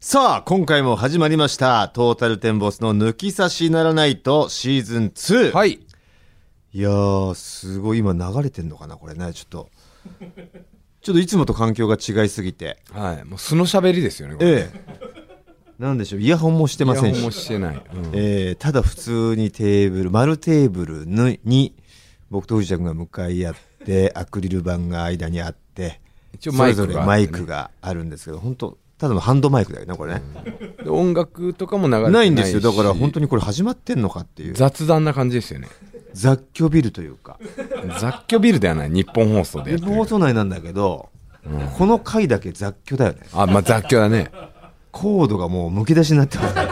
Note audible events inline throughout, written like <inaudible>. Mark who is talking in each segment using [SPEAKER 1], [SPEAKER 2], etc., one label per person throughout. [SPEAKER 1] さあ、今回も始まりました。トータルテンボスの抜き差しならないとシーズン2。い、
[SPEAKER 2] はい。
[SPEAKER 1] やー、すごい今流れてんのかな、これね、ちょっと。ちょっといつもと環境が違いすぎて。
[SPEAKER 2] はい。もう素の喋りですよね、これ。
[SPEAKER 1] ええ。なんでしょう、イヤホンもしてません
[SPEAKER 2] イヤホンも
[SPEAKER 1] し。
[SPEAKER 2] してない。うん
[SPEAKER 1] えーただ普通にテーブル、丸テーブルにに僕と藤田君が向かい合って、アクリル板が間にあって、
[SPEAKER 2] 一応マイクが
[SPEAKER 1] それぞれマイクがあるんですけど、本当ただのハンドマイクだよね、これね。
[SPEAKER 2] で音楽とかも流れてな
[SPEAKER 1] な
[SPEAKER 2] いし。
[SPEAKER 1] いんですよ。だから本当にこれ始まってんのかっていう。
[SPEAKER 2] 雑談な感じですよね。
[SPEAKER 1] 雑居ビルというか。
[SPEAKER 2] 雑居ビルではない。日本放送でや
[SPEAKER 1] 日
[SPEAKER 2] って
[SPEAKER 1] 本
[SPEAKER 2] る
[SPEAKER 1] 放。送内なんだけど、この回だけ雑居だよね。
[SPEAKER 2] あ、まあ雑居だね。
[SPEAKER 1] コードがもうむき出しになって <laughs> ますね。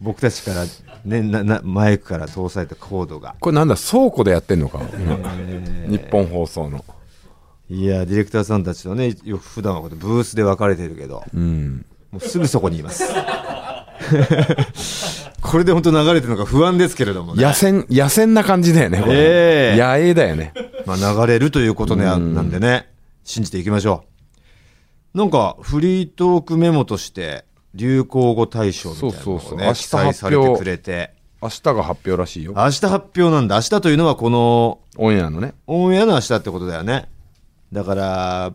[SPEAKER 1] 僕たちから、ね、ななマイクから搭載したコードが。
[SPEAKER 2] これなんだ、倉庫でやってんのか。日本放送の。
[SPEAKER 1] いやーディレクターさんたちとね、よく普段はこうやってブースで分かれてるけど、
[SPEAKER 2] うん。
[SPEAKER 1] もうすぐそこにいます。 <laughs> これで本当流れてるのか不安ですけれどもね。
[SPEAKER 2] 野戦、野戦な感じだよね、こ
[SPEAKER 1] え
[SPEAKER 2] れ。
[SPEAKER 1] え
[SPEAKER 2] 野営だよね。
[SPEAKER 1] まあ、流れるということねなんでね、信じていきましょう。なんか、フリートークメモとして、流行語大賞みたいなの
[SPEAKER 2] そう
[SPEAKER 1] を
[SPEAKER 2] そうそう
[SPEAKER 1] ね、
[SPEAKER 2] 明日
[SPEAKER 1] 記載されてくれて、
[SPEAKER 2] 明日が発表らしいよ。
[SPEAKER 1] 明日発表なんだ。明日というのはこの、
[SPEAKER 2] オンエアのね。
[SPEAKER 1] オンエアの明日ってことだよね。だから、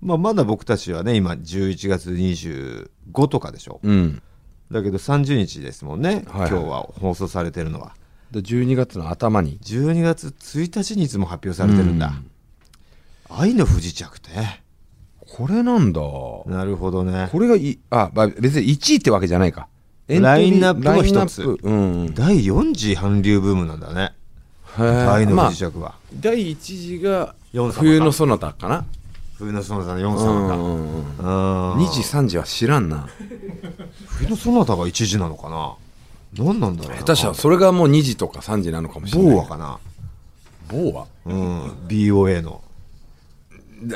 [SPEAKER 1] まあ、まだ僕たちはね、今、11月25とかでしょ。
[SPEAKER 2] うん。
[SPEAKER 1] だけど30日ですもんね、
[SPEAKER 2] はいはい
[SPEAKER 1] 今日は放送されてるのは。
[SPEAKER 2] で12月の頭に。
[SPEAKER 1] 12月1日にいつも発表されてるんだ。愛の不時着ね。
[SPEAKER 2] これなんだ。
[SPEAKER 1] なるほどね。
[SPEAKER 2] これがい、あ、まあ別に1位ってわけじゃないか。エ
[SPEAKER 1] ラ
[SPEAKER 2] ト
[SPEAKER 1] イ
[SPEAKER 2] リー
[SPEAKER 1] ンナップの一つ
[SPEAKER 2] ラインナップうん。へ
[SPEAKER 1] 第4次韓流ブームなんだね。
[SPEAKER 2] ー
[SPEAKER 1] 愛の
[SPEAKER 2] ま
[SPEAKER 1] 不
[SPEAKER 2] あ
[SPEAKER 1] 時着は。
[SPEAKER 2] 第1次が
[SPEAKER 1] 四様か
[SPEAKER 2] 冬のそなたかな。
[SPEAKER 1] 冬のソナタの4
[SPEAKER 2] う
[SPEAKER 1] ソ
[SPEAKER 2] ん
[SPEAKER 1] ナ
[SPEAKER 2] うんうん。
[SPEAKER 1] タ。うん
[SPEAKER 2] 2時、3時は知らんな。
[SPEAKER 1] 冬のソナタが1時なのかな何なんだろう
[SPEAKER 2] 下手したらそれがもう2時とか3時なのかもしれない。
[SPEAKER 1] ボーアかな
[SPEAKER 2] 某は
[SPEAKER 1] うん。BOA の。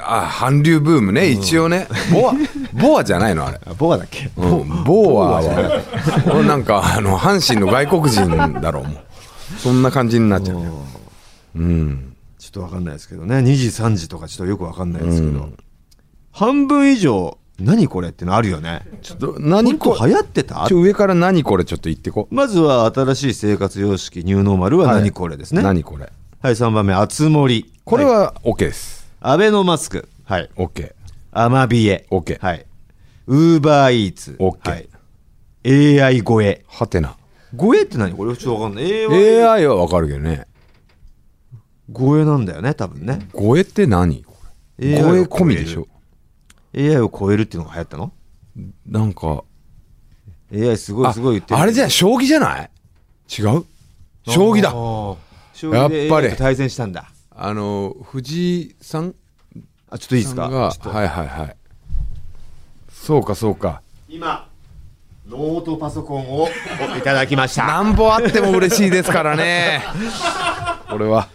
[SPEAKER 2] あ、韓流ブームね、一応ね。ボア、 <laughs> ボアじゃないのあれ。
[SPEAKER 1] あ、ボアだっけ
[SPEAKER 2] うん、ボアは、俺なんか、あの、阪神の外国人だろう、もう。そんな感じになっちゃうね。うん。
[SPEAKER 1] ちょっとわかんないですけどね。2時、3時とかちょっとよくわかんないですけど。半分以上、何これってのあるよね。
[SPEAKER 2] ちょっと、
[SPEAKER 1] 何
[SPEAKER 2] 何
[SPEAKER 1] こ
[SPEAKER 2] こ
[SPEAKER 1] れ流行ってた
[SPEAKER 2] ちょ上から何これちょっと言ってこ。
[SPEAKER 1] まずは新しい生活様式、ニューノーマルは何これですね。はい、
[SPEAKER 2] 何これ。
[SPEAKER 1] 3番目、熱盛。
[SPEAKER 2] これ
[SPEAKER 1] はい、
[SPEAKER 2] は OK です。
[SPEAKER 1] アベノマスク。はい。
[SPEAKER 2] OK。
[SPEAKER 1] アマビエ。
[SPEAKER 2] OK
[SPEAKER 1] はい。ウーバーイーツ。
[SPEAKER 2] OK
[SPEAKER 1] はい。AI 語え。
[SPEAKER 2] はてな。
[SPEAKER 1] 語えって何これちょっとわかんない。AI。
[SPEAKER 2] AI はわかるけどね。
[SPEAKER 1] 語えなんだよね、多分ね。
[SPEAKER 2] 語えって何これ
[SPEAKER 1] AI
[SPEAKER 2] 語え
[SPEAKER 1] を超
[SPEAKER 2] 込
[SPEAKER 1] える
[SPEAKER 2] みでしょ。
[SPEAKER 1] AI を超えるっていうのが流行ったの
[SPEAKER 2] なんか。
[SPEAKER 1] ?AI すごいすごい言ってる。
[SPEAKER 2] あれじゃ
[SPEAKER 1] ん
[SPEAKER 2] ん、将棋じゃない違う将棋だ。
[SPEAKER 1] 将棋で
[SPEAKER 2] やっぱり
[SPEAKER 1] AI と対戦したんだ。
[SPEAKER 2] あの、藤井さん
[SPEAKER 1] あ、ちょっといいです
[SPEAKER 2] さ
[SPEAKER 1] か
[SPEAKER 2] んが、
[SPEAKER 1] ちょっと
[SPEAKER 2] はいはいはい。そうかそうか。
[SPEAKER 1] 今、ノートパソコンをおいただきました。
[SPEAKER 2] <laughs> なんぼあっても嬉しいですか
[SPEAKER 1] <laughs>
[SPEAKER 2] らね。これは。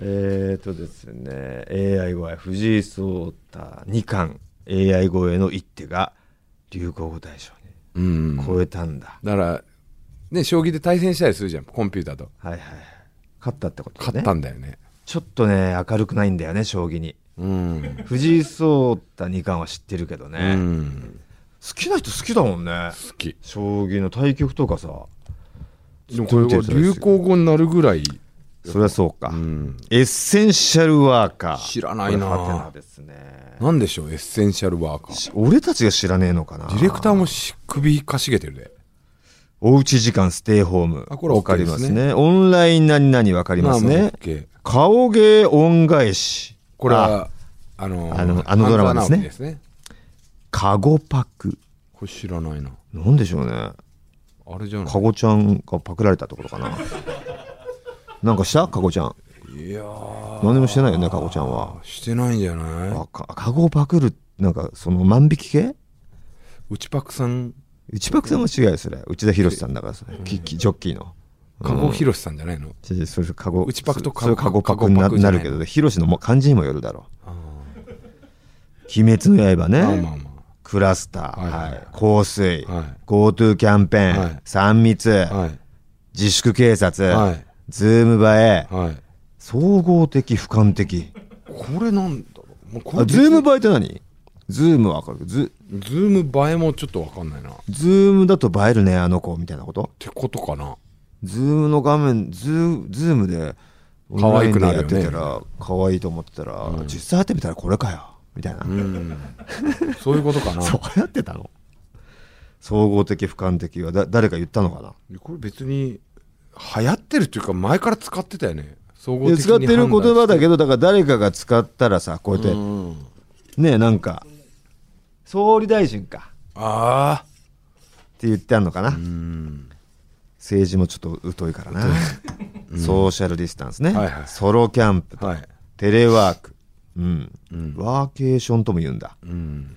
[SPEAKER 1] えーとですね、AI 超え藤井聡太二冠 AI 超えの一手が流行語大賞
[SPEAKER 2] うん。
[SPEAKER 1] に超えたんだ。
[SPEAKER 2] だから、ね、将棋で対戦したりするじゃん、コンピューターと。
[SPEAKER 1] はいはい。勝ったってことだね。
[SPEAKER 2] 勝ったんだよね。
[SPEAKER 1] ちょっとね、明るくないんだよね、将棋に。
[SPEAKER 2] うん。
[SPEAKER 1] 藤井聡太二冠は知ってるけど
[SPEAKER 2] う
[SPEAKER 1] ね。好
[SPEAKER 2] ん。
[SPEAKER 1] きな人好きだもんね。
[SPEAKER 2] 好き。
[SPEAKER 1] 将棋の対局とかさ。
[SPEAKER 2] でもこれは流行語になるぐらい。
[SPEAKER 1] そりゃそうか。
[SPEAKER 2] うん。
[SPEAKER 1] エッセンシャルワーカー。
[SPEAKER 2] 知らないな
[SPEAKER 1] これハテナですね。
[SPEAKER 2] なんでしょう、エッセンシャルワーカー。
[SPEAKER 1] し俺たちが知らねえのかな。
[SPEAKER 2] ディレクターもし首かしげてるで。
[SPEAKER 1] おうち時間ステイホーム。
[SPEAKER 2] あこれ
[SPEAKER 1] わか
[SPEAKER 2] OK
[SPEAKER 1] り
[SPEAKER 2] です
[SPEAKER 1] ま
[SPEAKER 2] ね
[SPEAKER 1] すね。オンライン何々わかります
[SPEAKER 2] まあ
[SPEAKER 1] ね
[SPEAKER 2] もう。OK
[SPEAKER 1] 顔芸恩返し。
[SPEAKER 2] これ
[SPEAKER 1] あ。
[SPEAKER 2] は、あの、
[SPEAKER 1] あのあのドラマですね
[SPEAKER 2] 半沢直樹ね。
[SPEAKER 1] カゴパク。
[SPEAKER 2] これ知らないな。
[SPEAKER 1] なんでしょうね。
[SPEAKER 2] あれじゃない
[SPEAKER 1] カゴちゃんがパクられたってことかな。なんかしたカゴちゃん。
[SPEAKER 2] いやー、
[SPEAKER 1] 何でもしてないよね、カゴちゃんは。
[SPEAKER 2] してないんじゃない
[SPEAKER 1] あかカゴパクる、なんかその万引き系
[SPEAKER 2] 内パクさん、
[SPEAKER 1] 内パクさんも違うよ、それ。内田博さんだからそれキキジョッキーの。
[SPEAKER 2] 加護博さんじゃないの
[SPEAKER 1] 違う違うそれカゴ
[SPEAKER 2] 内パクと
[SPEAKER 1] それカ
[SPEAKER 2] カ
[SPEAKER 1] ゴ
[SPEAKER 2] ゴ
[SPEAKER 1] パクにな
[SPEAKER 2] カゴパクじ
[SPEAKER 1] な
[SPEAKER 2] ゃない
[SPEAKER 1] るけどね、ヒロシのも漢字にもよるだろう。鬼滅の刃ね。
[SPEAKER 2] まあまあまあ。
[SPEAKER 1] クラスター、
[SPEAKER 2] はい
[SPEAKER 1] は
[SPEAKER 2] はいい
[SPEAKER 1] 香水、
[SPEAKER 2] はい
[SPEAKER 1] GoTo キャンペーン、
[SPEAKER 2] はい
[SPEAKER 1] 3密、
[SPEAKER 2] はい。
[SPEAKER 1] 自粛警察、
[SPEAKER 2] はい
[SPEAKER 1] ズーム映え、
[SPEAKER 2] はい。
[SPEAKER 1] 総合的、俯瞰的。
[SPEAKER 2] これなんだろう。もうこ
[SPEAKER 1] <laughs> あ
[SPEAKER 2] れ
[SPEAKER 1] ズーム映えって何ズームはわかるけどズ
[SPEAKER 2] ズーム映えもちょっとわかんないな。っ
[SPEAKER 1] ズームだと映えるねあの子みたいなこと
[SPEAKER 2] てことかな。
[SPEAKER 1] ズームの画面ズーズームでオン
[SPEAKER 2] 可
[SPEAKER 1] ライ
[SPEAKER 2] 愛
[SPEAKER 1] ン
[SPEAKER 2] く
[SPEAKER 1] で
[SPEAKER 2] なる
[SPEAKER 1] や
[SPEAKER 2] よ
[SPEAKER 1] っ
[SPEAKER 2] ね
[SPEAKER 1] てたら可愛いと思ってたら、実際会ってみたらこれかよみたいな、
[SPEAKER 2] うん。そういうこと <laughs> かな。
[SPEAKER 1] そうやってたの総合的俯瞰的はだ誰か言ったのかな
[SPEAKER 2] これ別に流行ってるっていうか前から使ってたよね。総合
[SPEAKER 1] いや
[SPEAKER 2] 的に
[SPEAKER 1] 使ってる言葉だけ
[SPEAKER 2] ど。
[SPEAKER 1] どだから誰かが使ったらさこうやって、
[SPEAKER 2] うん。
[SPEAKER 1] ねえなんか総理大臣か
[SPEAKER 2] ああ。
[SPEAKER 1] って言ってあんのかな、
[SPEAKER 2] うん。
[SPEAKER 1] 政治もちょっと疎いからな、 <laughs> ソーシャルディスタンスね、
[SPEAKER 2] はいはい
[SPEAKER 1] ソロキャンプ、
[SPEAKER 2] はい。
[SPEAKER 1] テレワーク、うんワーケーションとも言うんだ
[SPEAKER 2] うん。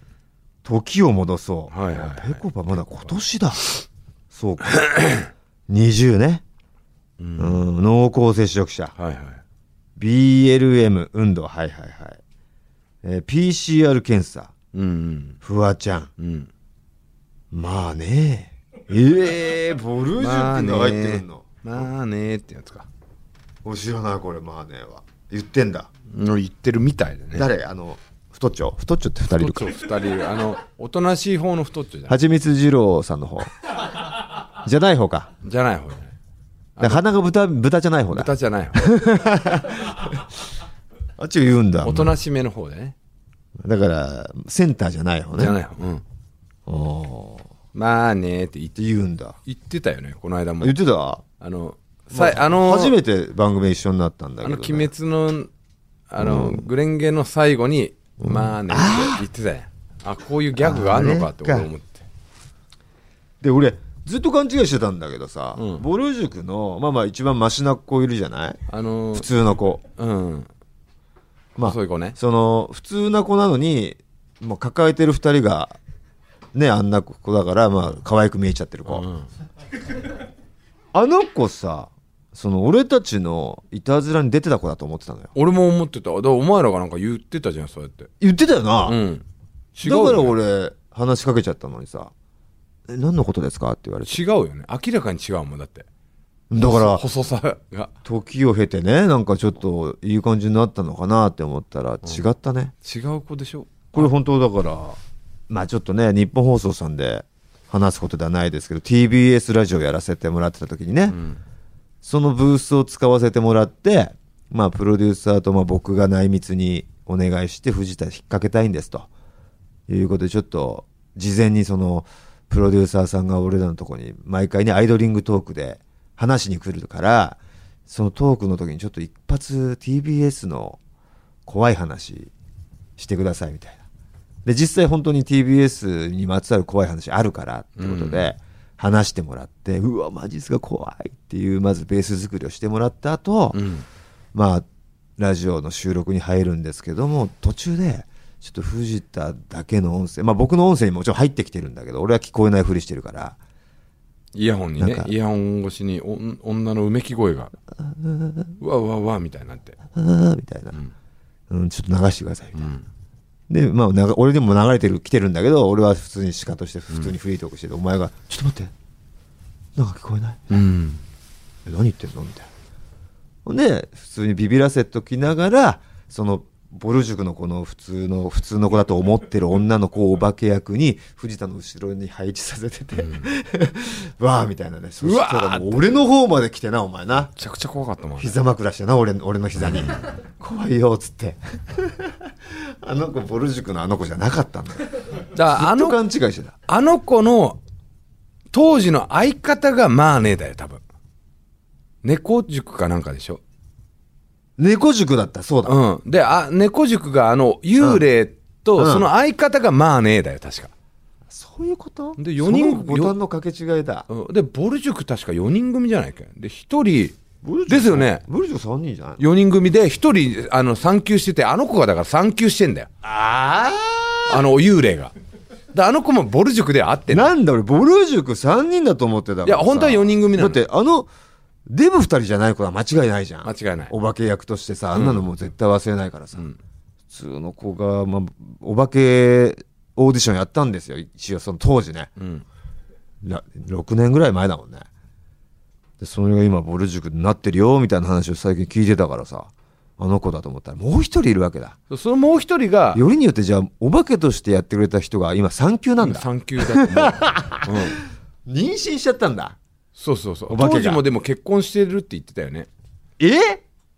[SPEAKER 1] 時を戻そう、
[SPEAKER 2] はいはいはい
[SPEAKER 1] ペコパまだ今年だそうか <coughs> 20ね、うん濃厚接触者
[SPEAKER 2] はいはい。
[SPEAKER 1] BLM 運動はいはいはい、えー PCR 検査
[SPEAKER 2] うん
[SPEAKER 1] フワちゃん
[SPEAKER 2] うん。うん。
[SPEAKER 1] まあねええボルジュってのが入ってくんの、
[SPEAKER 2] まあねーってやつか。
[SPEAKER 1] お知らないこれまあねは言ってんだ
[SPEAKER 2] 言ってるみたいだね。
[SPEAKER 1] 誰あの太っちょ太っちょって2人いるか
[SPEAKER 2] 太っちょ二人いるあの、おとなしい方の太っちょじゃない。
[SPEAKER 1] はちみつ二郎さん <laughs> の方じゃない方か
[SPEAKER 2] じゃない方じゃない。
[SPEAKER 1] だ鼻が豚豚じゃない方だ
[SPEAKER 2] 豚じゃない方。
[SPEAKER 1] あっちを言うんだ
[SPEAKER 2] おとなしめの方でね。
[SPEAKER 1] だからセンターじゃない方ね
[SPEAKER 2] じゃない方。うん。
[SPEAKER 1] おーっ
[SPEAKER 2] まあねーって言って
[SPEAKER 1] て言うんだ
[SPEAKER 2] 言ってたよね、この間も
[SPEAKER 1] 言っ。てた
[SPEAKER 2] あの、さいあの、
[SPEAKER 1] 初めて番組一緒になったんだ
[SPEAKER 2] あ
[SPEAKER 1] け
[SPEAKER 2] の、
[SPEAKER 1] ど、
[SPEAKER 2] 鬼滅の、あの、グレンゲの最後に、まあねーって言ってたやん。あ、こういうギャグがあるのかって俺
[SPEAKER 1] あれか
[SPEAKER 2] 思って。
[SPEAKER 1] で俺ずっと勘違いしてたんだけどさ、
[SPEAKER 2] うん
[SPEAKER 1] ぼる塾のまあまあ一番マシな子いるじゃない
[SPEAKER 2] あの
[SPEAKER 1] 普、通の子
[SPEAKER 2] うん。
[SPEAKER 1] まあ
[SPEAKER 2] そういう子ね。
[SPEAKER 1] その普通な子なのに、まあ、抱えてる二人がねあんな子だからまあ可愛く見えちゃってる子、
[SPEAKER 2] うん。
[SPEAKER 1] あの子さその俺たちのいたずらに出てた子だと思ってたのよ
[SPEAKER 2] 俺も思ってた。だからお前らがなんか言ってたじゃん、そうやって。
[SPEAKER 1] 言ってたよな、
[SPEAKER 2] うん。
[SPEAKER 1] だ
[SPEAKER 2] 違うよね
[SPEAKER 1] から俺話しかけちゃったのにさ「え何のことですか?」って言われて
[SPEAKER 2] 違うよね明らかに違うもんだって
[SPEAKER 1] だから
[SPEAKER 2] 細さが
[SPEAKER 1] 時を経てねなんかちょっといい感じになったのかなって思ったら違ったね、
[SPEAKER 2] 違う子でしょ
[SPEAKER 1] これ本当だからまあちょっとね日本放送さんで話すことではないですけど TBS ラジオやらせてもらってた時にね、
[SPEAKER 2] ん
[SPEAKER 1] そのブースを使わせてもらってまあプロデューサーとまあ僕が内密にお願いして藤田引っ掛けたいんですということでちょっと事前にそのプロデューサーさんが俺らのとこに毎回ねアイドリングトークで話しに来るからそのトークの時にちょっと一発 TBS の怖い話してくださいみたいなで実際本当に TBS にまつわる怖い話あるからってことで話してもらって、うわマジっすか怖いっていうまずベース作りをしてもらった後、
[SPEAKER 2] ん
[SPEAKER 1] まあラジオの収録に入るんですけども途中でちょっと藤田だけの音声まあ僕の音声にもちろん入ってきてるんだけど俺は聞こえないふりしてるから
[SPEAKER 2] イヤホンにね
[SPEAKER 1] なんか
[SPEAKER 2] イヤホン越しにおん女のうめき声がうわうわうわみたいになって
[SPEAKER 1] 「あーみたいな、
[SPEAKER 2] ん
[SPEAKER 1] うんちょっと流してくださいみたいな。
[SPEAKER 2] うん
[SPEAKER 1] で、まあ、なが俺でも流れてる、来てるんだけど、俺は普通に鹿として、普通にフリートークしてて、お前が、ちょっと待って、なんか聞こえない
[SPEAKER 2] うん
[SPEAKER 1] え何言ってんのみたいな。ほんで、普通にビビらせときながら、その、ボル塾のこの普通の、普通の子だと思ってる女の子をお化け役に、藤田の後ろに配置させてて、 <laughs> わーみたいなね。そしたらもう俺の方まで来てな、お前な
[SPEAKER 2] め。ちゃくちゃ怖かったもんね
[SPEAKER 1] 膝枕してな俺俺の膝に怖いよっつってあの子ボル塾のあの子じゃなかったんだよ
[SPEAKER 2] だからあ
[SPEAKER 1] あの
[SPEAKER 2] の
[SPEAKER 1] 勘違いしてた
[SPEAKER 2] あの子の当時の相方がまあねだよ多分猫塾かなんかでしょ
[SPEAKER 1] 猫塾だったそうだ、
[SPEAKER 2] うんであ猫塾があの幽霊
[SPEAKER 1] うん
[SPEAKER 2] と
[SPEAKER 1] うん
[SPEAKER 2] その相方がまあねだよ確か
[SPEAKER 1] そういうこと
[SPEAKER 2] で四人
[SPEAKER 1] そのボタンの掛け違いだ
[SPEAKER 2] うんでボル塾確か4人組じゃないっけで1
[SPEAKER 1] ボル
[SPEAKER 2] 人
[SPEAKER 1] 塾
[SPEAKER 2] ですよね
[SPEAKER 1] ボル塾3人じゃないの
[SPEAKER 2] 4人組で1人あの産休しててあの子がだから産休してんだよ
[SPEAKER 1] あ
[SPEAKER 2] あの幽霊がであの子もボル塾で会ってんだ
[SPEAKER 1] なんだ俺ボル塾3人だと思ってたからさ
[SPEAKER 2] いや本当は四人組なの
[SPEAKER 1] だってあのデブ2人じゃない子は間違いないじゃん
[SPEAKER 2] 間違いない
[SPEAKER 1] お化け役としてさあんなのもう絶対忘れないからさ、普通の子が、まあ、お化けオーディションやったんですよ一応その当時ね、
[SPEAKER 2] ん
[SPEAKER 1] ら6年ぐらい前だもんねでそれが今ボル塾になってるよみたいな話を最近聞いてたからさあの子だと思ったらもう一人いるわけだ
[SPEAKER 2] そのもう一人が
[SPEAKER 1] よりによってじゃあお化けとしてやってくれた人が今3級なんだ
[SPEAKER 2] 3級だと思う、
[SPEAKER 1] <laughs>
[SPEAKER 2] うん
[SPEAKER 1] 妊娠しちゃったんだ
[SPEAKER 2] そうそうそう
[SPEAKER 1] お化けが
[SPEAKER 2] 当時もでも結婚してるって言ってたよね
[SPEAKER 1] え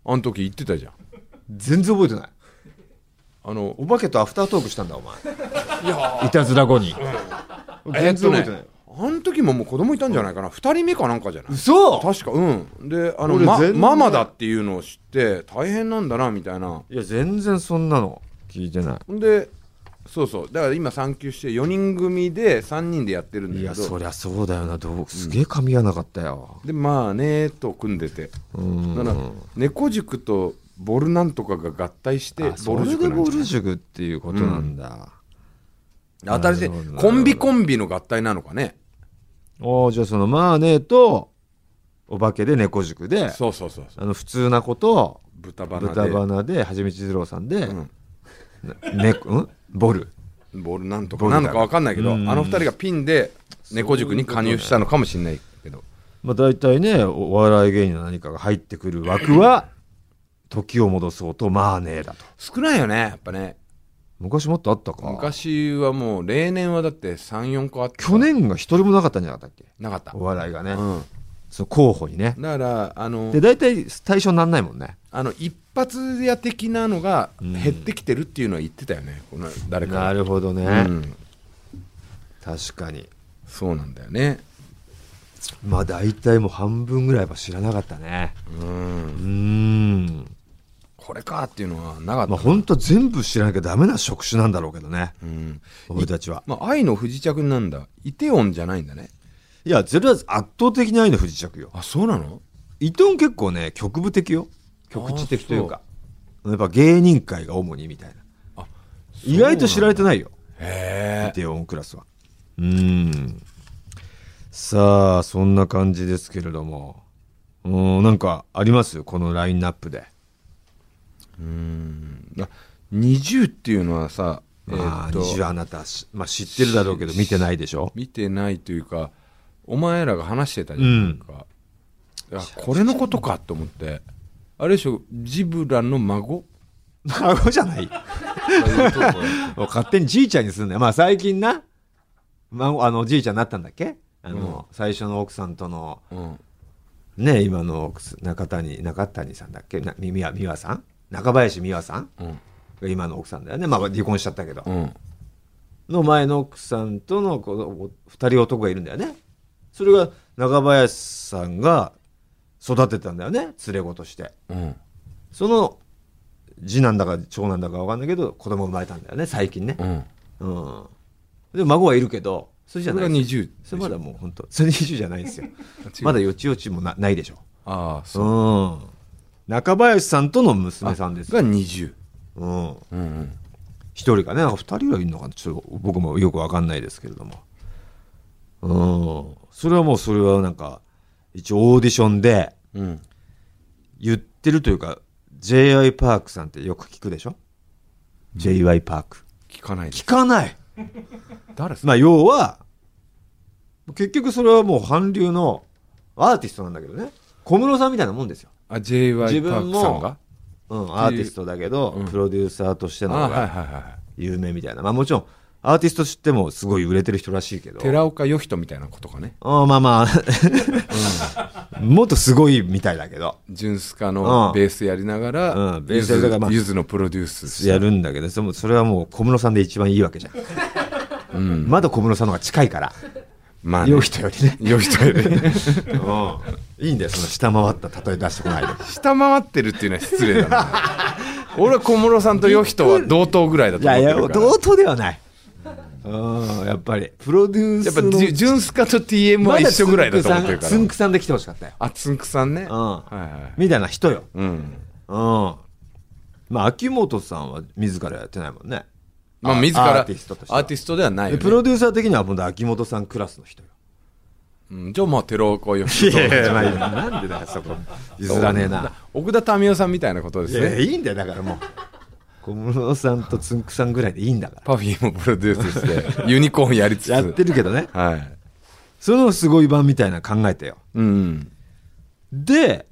[SPEAKER 2] あの時言ってたじゃん
[SPEAKER 1] 全然覚えてない
[SPEAKER 2] あの
[SPEAKER 1] お化けとアフタートークしたんだお前いたずら後に全然覚えてない
[SPEAKER 2] えっとねあの時ももう子供いたんじゃないかな、二2人目かなんかじゃない
[SPEAKER 1] 嘘
[SPEAKER 2] 確かうんであの、
[SPEAKER 1] 俺
[SPEAKER 2] ま
[SPEAKER 1] 全然
[SPEAKER 2] ママだっていうのを知って大変なんだなみたいない
[SPEAKER 1] や全然そんなの聞いてな
[SPEAKER 2] ほんでそうそうだから今産休して4人組で3人でやってるん
[SPEAKER 1] いい
[SPEAKER 2] だ
[SPEAKER 1] や
[SPEAKER 2] けど
[SPEAKER 1] そりゃそうだよなどうすげえ噛み合わなかったよ
[SPEAKER 2] でまあねーと組んでて
[SPEAKER 1] うん
[SPEAKER 2] だから猫塾とボルなんとかが合体して
[SPEAKER 1] あそ
[SPEAKER 2] ボル
[SPEAKER 1] れ
[SPEAKER 2] 塾
[SPEAKER 1] で
[SPEAKER 2] なん
[SPEAKER 1] ボ
[SPEAKER 2] じゃない
[SPEAKER 1] ル塾っていうことなんだ、
[SPEAKER 2] 新し
[SPEAKER 1] な
[SPEAKER 2] い
[SPEAKER 1] るほどなるほど
[SPEAKER 2] コンビコンビの合体なのかね
[SPEAKER 1] おーじゃあそのマーネーとお化けで猫塾で
[SPEAKER 2] そうそうそうそう
[SPEAKER 1] あの普通なこと
[SPEAKER 2] 豚バナで
[SPEAKER 1] 豚バナではちみち二郎さんで、
[SPEAKER 2] うん
[SPEAKER 1] 猫うんボル
[SPEAKER 2] ボールなんと
[SPEAKER 1] ボ
[SPEAKER 2] か
[SPEAKER 1] ール
[SPEAKER 2] な
[SPEAKER 1] だ
[SPEAKER 2] のか分かんないけど、
[SPEAKER 1] うん
[SPEAKER 2] あの二人がピンで猫塾に加入したのかもしれないけど、
[SPEAKER 1] まあ、大体ねおお笑い芸人の何かが入ってくる枠は
[SPEAKER 2] <laughs>
[SPEAKER 1] 時を戻そうとマーネーだと
[SPEAKER 2] 少ないよねやっぱね
[SPEAKER 1] 昔もっとあったか
[SPEAKER 2] 昔はもう例年はだって34個あって
[SPEAKER 1] 去年が一人もなかったんじゃなかったっけ
[SPEAKER 2] なかった、
[SPEAKER 1] お笑いがね、
[SPEAKER 2] うん、
[SPEAKER 1] その候補にね
[SPEAKER 2] だからあの
[SPEAKER 1] で大体対象になんないもんね
[SPEAKER 2] あの一発屋的なのが減ってきてるっていうのは言ってたよねこの誰かが
[SPEAKER 1] なるほどね、
[SPEAKER 2] うん、
[SPEAKER 1] 確かに
[SPEAKER 2] そうなんだよね
[SPEAKER 1] まあ大体もう半分ぐらいは知らなかったねう
[SPEAKER 2] う
[SPEAKER 1] んーん
[SPEAKER 2] これかっていうのはなかった、
[SPEAKER 1] まあ本当全部知らなきゃダメな職種なんだろうけどね
[SPEAKER 2] うん
[SPEAKER 1] 俺たちは
[SPEAKER 2] まあ、愛の不時着なんだイテオンじゃないんだね
[SPEAKER 1] いやゼロは圧倒的に愛の不時着よ
[SPEAKER 2] あそうなの
[SPEAKER 1] 伊藤結構ね局部的よ局地的というかやっぱ芸人界が主にみたいな
[SPEAKER 2] あ
[SPEAKER 1] 意外と知られてないよ
[SPEAKER 2] へえ
[SPEAKER 1] イテオンクラスはうーんさあそんな感じですけれどもうーんなんかありますこのラインナップで
[SPEAKER 2] あ20っていうのはさ、え
[SPEAKER 1] ま
[SPEAKER 2] ー
[SPEAKER 1] あ
[SPEAKER 2] っと
[SPEAKER 1] 20あなたし、まあ、知ってるだろうけど見てないでしょ
[SPEAKER 2] 見てないというかお前らが話してたじゃ
[SPEAKER 1] うんん
[SPEAKER 2] なんか、いやこれのことかと思ってあれでしょジブラの孫
[SPEAKER 1] 孫じゃない勝手にじいちゃんにすんなよまあ最近な孫あのじいちゃんになったんだっけあの、最初の奥さんとの
[SPEAKER 2] うん
[SPEAKER 1] ね今の奥す中谷中谷さんだっけなみみわみわさん中林美和さん
[SPEAKER 2] うん
[SPEAKER 1] が今の奥さんだよねまあ離婚しちゃったけど、
[SPEAKER 2] うん
[SPEAKER 1] の前の奥さんとのこの2人男がいるんだよねそれが中林さんが育てたんだよね連れ子として
[SPEAKER 2] うん
[SPEAKER 1] その次男だか長男だか分かんないけど子供生まれたんだよね最近ね
[SPEAKER 2] うん
[SPEAKER 1] うんで孫はいるけどそれじゃ
[SPEAKER 2] そ
[SPEAKER 1] な
[SPEAKER 2] れが
[SPEAKER 1] いですよ
[SPEAKER 2] 20
[SPEAKER 1] それまだもう本当それ20じゃないですよ
[SPEAKER 2] <laughs> 違う
[SPEAKER 1] まだよちよちもなないでしょ
[SPEAKER 2] ああそう
[SPEAKER 1] うん中林さんとの娘さんです
[SPEAKER 2] が20
[SPEAKER 1] うん
[SPEAKER 2] うんうん
[SPEAKER 1] 一人かね、なんか二人ぐらいいるのかな、ちょっと僕もよくわかんないですけれども。うん。それはもう、それはなんか、一応オーディションで
[SPEAKER 2] うん
[SPEAKER 1] 言ってるというか、J.I. パークさんってよく聞くでしょ ?J.Y. パーク。
[SPEAKER 2] 聞かないです
[SPEAKER 1] 聞かない
[SPEAKER 2] 誰ですか
[SPEAKER 1] まあ、要は、結局それはもう韓流のアーティストなんだけどね。小室さんみたいなもんですよ。
[SPEAKER 2] あ j y
[SPEAKER 1] 自
[SPEAKER 2] パー
[SPEAKER 1] 分
[SPEAKER 2] ク
[SPEAKER 1] も
[SPEAKER 2] さんが
[SPEAKER 1] うん、アーティストだけど、
[SPEAKER 2] うん
[SPEAKER 1] プロデューサーとして
[SPEAKER 2] あ
[SPEAKER 1] の
[SPEAKER 2] は
[SPEAKER 1] 方
[SPEAKER 2] いはい
[SPEAKER 1] が
[SPEAKER 2] はいはい
[SPEAKER 1] 有名みたいな。まあもちろん、アーティスト知ってもすごい売れてる人らしいけど。
[SPEAKER 2] 寺岡義人みたいなことかね
[SPEAKER 1] あーまあまあ、もっとすごいみたいだけど、
[SPEAKER 2] ジュンスカ
[SPEAKER 1] う
[SPEAKER 2] の
[SPEAKER 1] ん
[SPEAKER 2] ベースやりながら、
[SPEAKER 1] うんベースやりながらまあ
[SPEAKER 2] ゆずゆずのプロデュースして
[SPEAKER 1] やるんだけど、そのそれはもう小室さんで一番いいわけじゃん。まだ小室さんの方が近いから、
[SPEAKER 2] まあ、ね、
[SPEAKER 1] 良い人よりね。
[SPEAKER 2] 良い人よ
[SPEAKER 1] <laughs>
[SPEAKER 2] ね
[SPEAKER 1] うん、いいんだよ、その下回った例え出してこないで。
[SPEAKER 2] 下回ってるっていうのは失礼だな <laughs> 俺は小室さんと良い人は同等ぐらいだ
[SPEAKER 1] い
[SPEAKER 2] と思っ
[SPEAKER 1] やい
[SPEAKER 2] て
[SPEAKER 1] や、
[SPEAKER 2] るから
[SPEAKER 1] 同等ではない。うん、やっぱり、プロデュース
[SPEAKER 2] やっぱ
[SPEAKER 1] の
[SPEAKER 2] ジュジュンスカと TM は一緒ぐらいだと思ってるか
[SPEAKER 1] つ
[SPEAKER 2] ら
[SPEAKER 1] んくさんで来てほしかったよ。
[SPEAKER 2] あつんくさんね、
[SPEAKER 1] うん
[SPEAKER 2] はいはい
[SPEAKER 1] みたいな人よ。
[SPEAKER 2] うん
[SPEAKER 1] うん。まあ、秋元さんは自らやってないもんね。
[SPEAKER 2] まあ自
[SPEAKER 1] ア
[SPEAKER 2] ら
[SPEAKER 1] ーティストとしては
[SPEAKER 2] アーティストではないよ、
[SPEAKER 1] で
[SPEAKER 2] ね、
[SPEAKER 1] プロデューサー的には本当秋元さんクラスの人よ。
[SPEAKER 2] うんじゃあまあ寺岡義
[SPEAKER 1] い
[SPEAKER 2] 人
[SPEAKER 1] やいや、まあ、なんでだよ、そこ。譲らねえな。
[SPEAKER 2] 奥田民生さんみたいなことで
[SPEAKER 1] い
[SPEAKER 2] す
[SPEAKER 1] や、
[SPEAKER 2] ね
[SPEAKER 1] いいんだよ、だからもう。小室さんとつんくさんぐらいでいいんだから。
[SPEAKER 2] パフィーもプロデュースしてユニコーンやりつつ
[SPEAKER 1] やってるけどね。
[SPEAKER 2] はい
[SPEAKER 1] そのすごい版みたいなの考えてよ。
[SPEAKER 2] うん
[SPEAKER 1] で、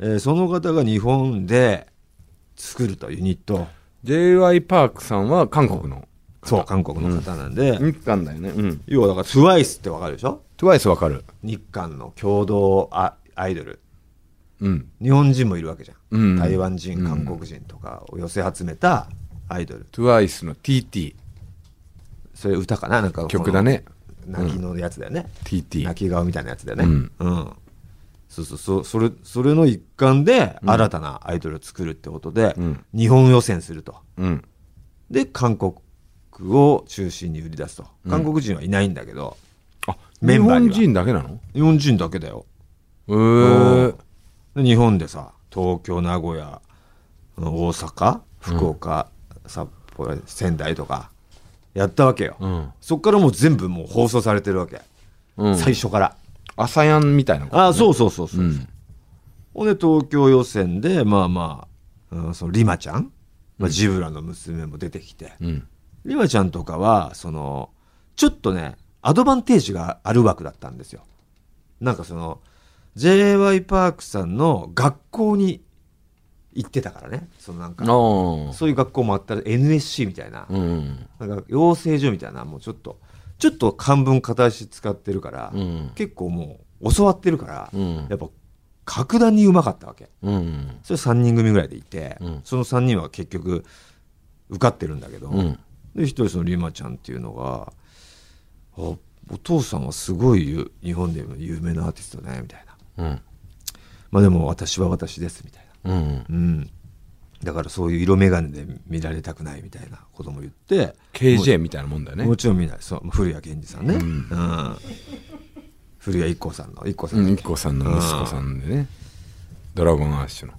[SPEAKER 1] えーその方が日本で、作るとユニット
[SPEAKER 2] J.Y. パークさんは韓国の
[SPEAKER 1] そう韓国の方なんで、
[SPEAKER 2] 日韓だよねうん
[SPEAKER 1] 要はだから TWICE ってわかるでしょ
[SPEAKER 2] TWICE わかる
[SPEAKER 1] 日韓の共同アアイドル
[SPEAKER 2] うん
[SPEAKER 1] 日本人もいるわけじゃん、
[SPEAKER 2] うん
[SPEAKER 1] 台湾人韓国人とかを寄せ集めたアイドル
[SPEAKER 2] TWICE の TT
[SPEAKER 1] それ歌かななんかこの
[SPEAKER 2] 曲だね
[SPEAKER 1] 泣きのやつだよね、
[SPEAKER 2] TT
[SPEAKER 1] 泣き顔みたいなやつだよね
[SPEAKER 2] うん
[SPEAKER 1] うんそうそうそうそれそれの一環で新たなアイドルを作るってことで、
[SPEAKER 2] うん
[SPEAKER 1] 日本予選すると
[SPEAKER 2] うん
[SPEAKER 1] で韓国を中心に売り出すと韓国人はいないんだけど、
[SPEAKER 2] あ
[SPEAKER 1] メ
[SPEAKER 2] 日
[SPEAKER 1] ンバーには
[SPEAKER 2] 本人だけなの
[SPEAKER 1] 日本人だけだよ
[SPEAKER 2] へー
[SPEAKER 1] で日本でさ東京名古屋うん大阪福岡、札幌仙台とかやったわけよ、
[SPEAKER 2] うん
[SPEAKER 1] そっからもう全部もう放送されてるわけ、
[SPEAKER 2] うん
[SPEAKER 1] 最初から
[SPEAKER 2] 朝やんみたいなこと
[SPEAKER 1] ああそうそうそうそう、
[SPEAKER 2] うん
[SPEAKER 1] ほんで東京予選でまあまあ、うん、そのリマちゃん、まあ、ジブラの娘も出てきて、
[SPEAKER 2] うん
[SPEAKER 1] リマちゃんとかはそのちょっとねアドバンテージがある枠だったんですよなんかその j y パークさんの学校に行ってたからねそのなん
[SPEAKER 2] あ
[SPEAKER 1] か
[SPEAKER 2] あ
[SPEAKER 1] そういう学校もあったら NSC みたいな,、
[SPEAKER 2] うん
[SPEAKER 1] なんか養成所みたいなもうちょっとちょっと漢文片足使ってるから、
[SPEAKER 2] うん
[SPEAKER 1] 結構もう教わってるから、
[SPEAKER 2] うん
[SPEAKER 1] やっぱ格段にうまかったわけ
[SPEAKER 2] うん
[SPEAKER 1] それ3人組ぐらいでいて、
[SPEAKER 2] うん
[SPEAKER 1] その3人は結局受かってるんだけど、
[SPEAKER 2] うん
[SPEAKER 1] で一人そのリマちゃんっていうのが「あお父さんはすごいゆ日本で有名なアーティストね」みたいな
[SPEAKER 2] うん
[SPEAKER 1] 「まあでも私は私です」みたい
[SPEAKER 2] うん
[SPEAKER 1] な、うん、だからそういう色眼鏡で見られたくないみたいなことも言って、
[SPEAKER 2] KJ みたいなもんだよね
[SPEAKER 1] もちろん見ないそう古谷健二さんね、うん古谷一行さんの一行さ、
[SPEAKER 2] うんん i k さんの息子さんでねドラゴンアッシュの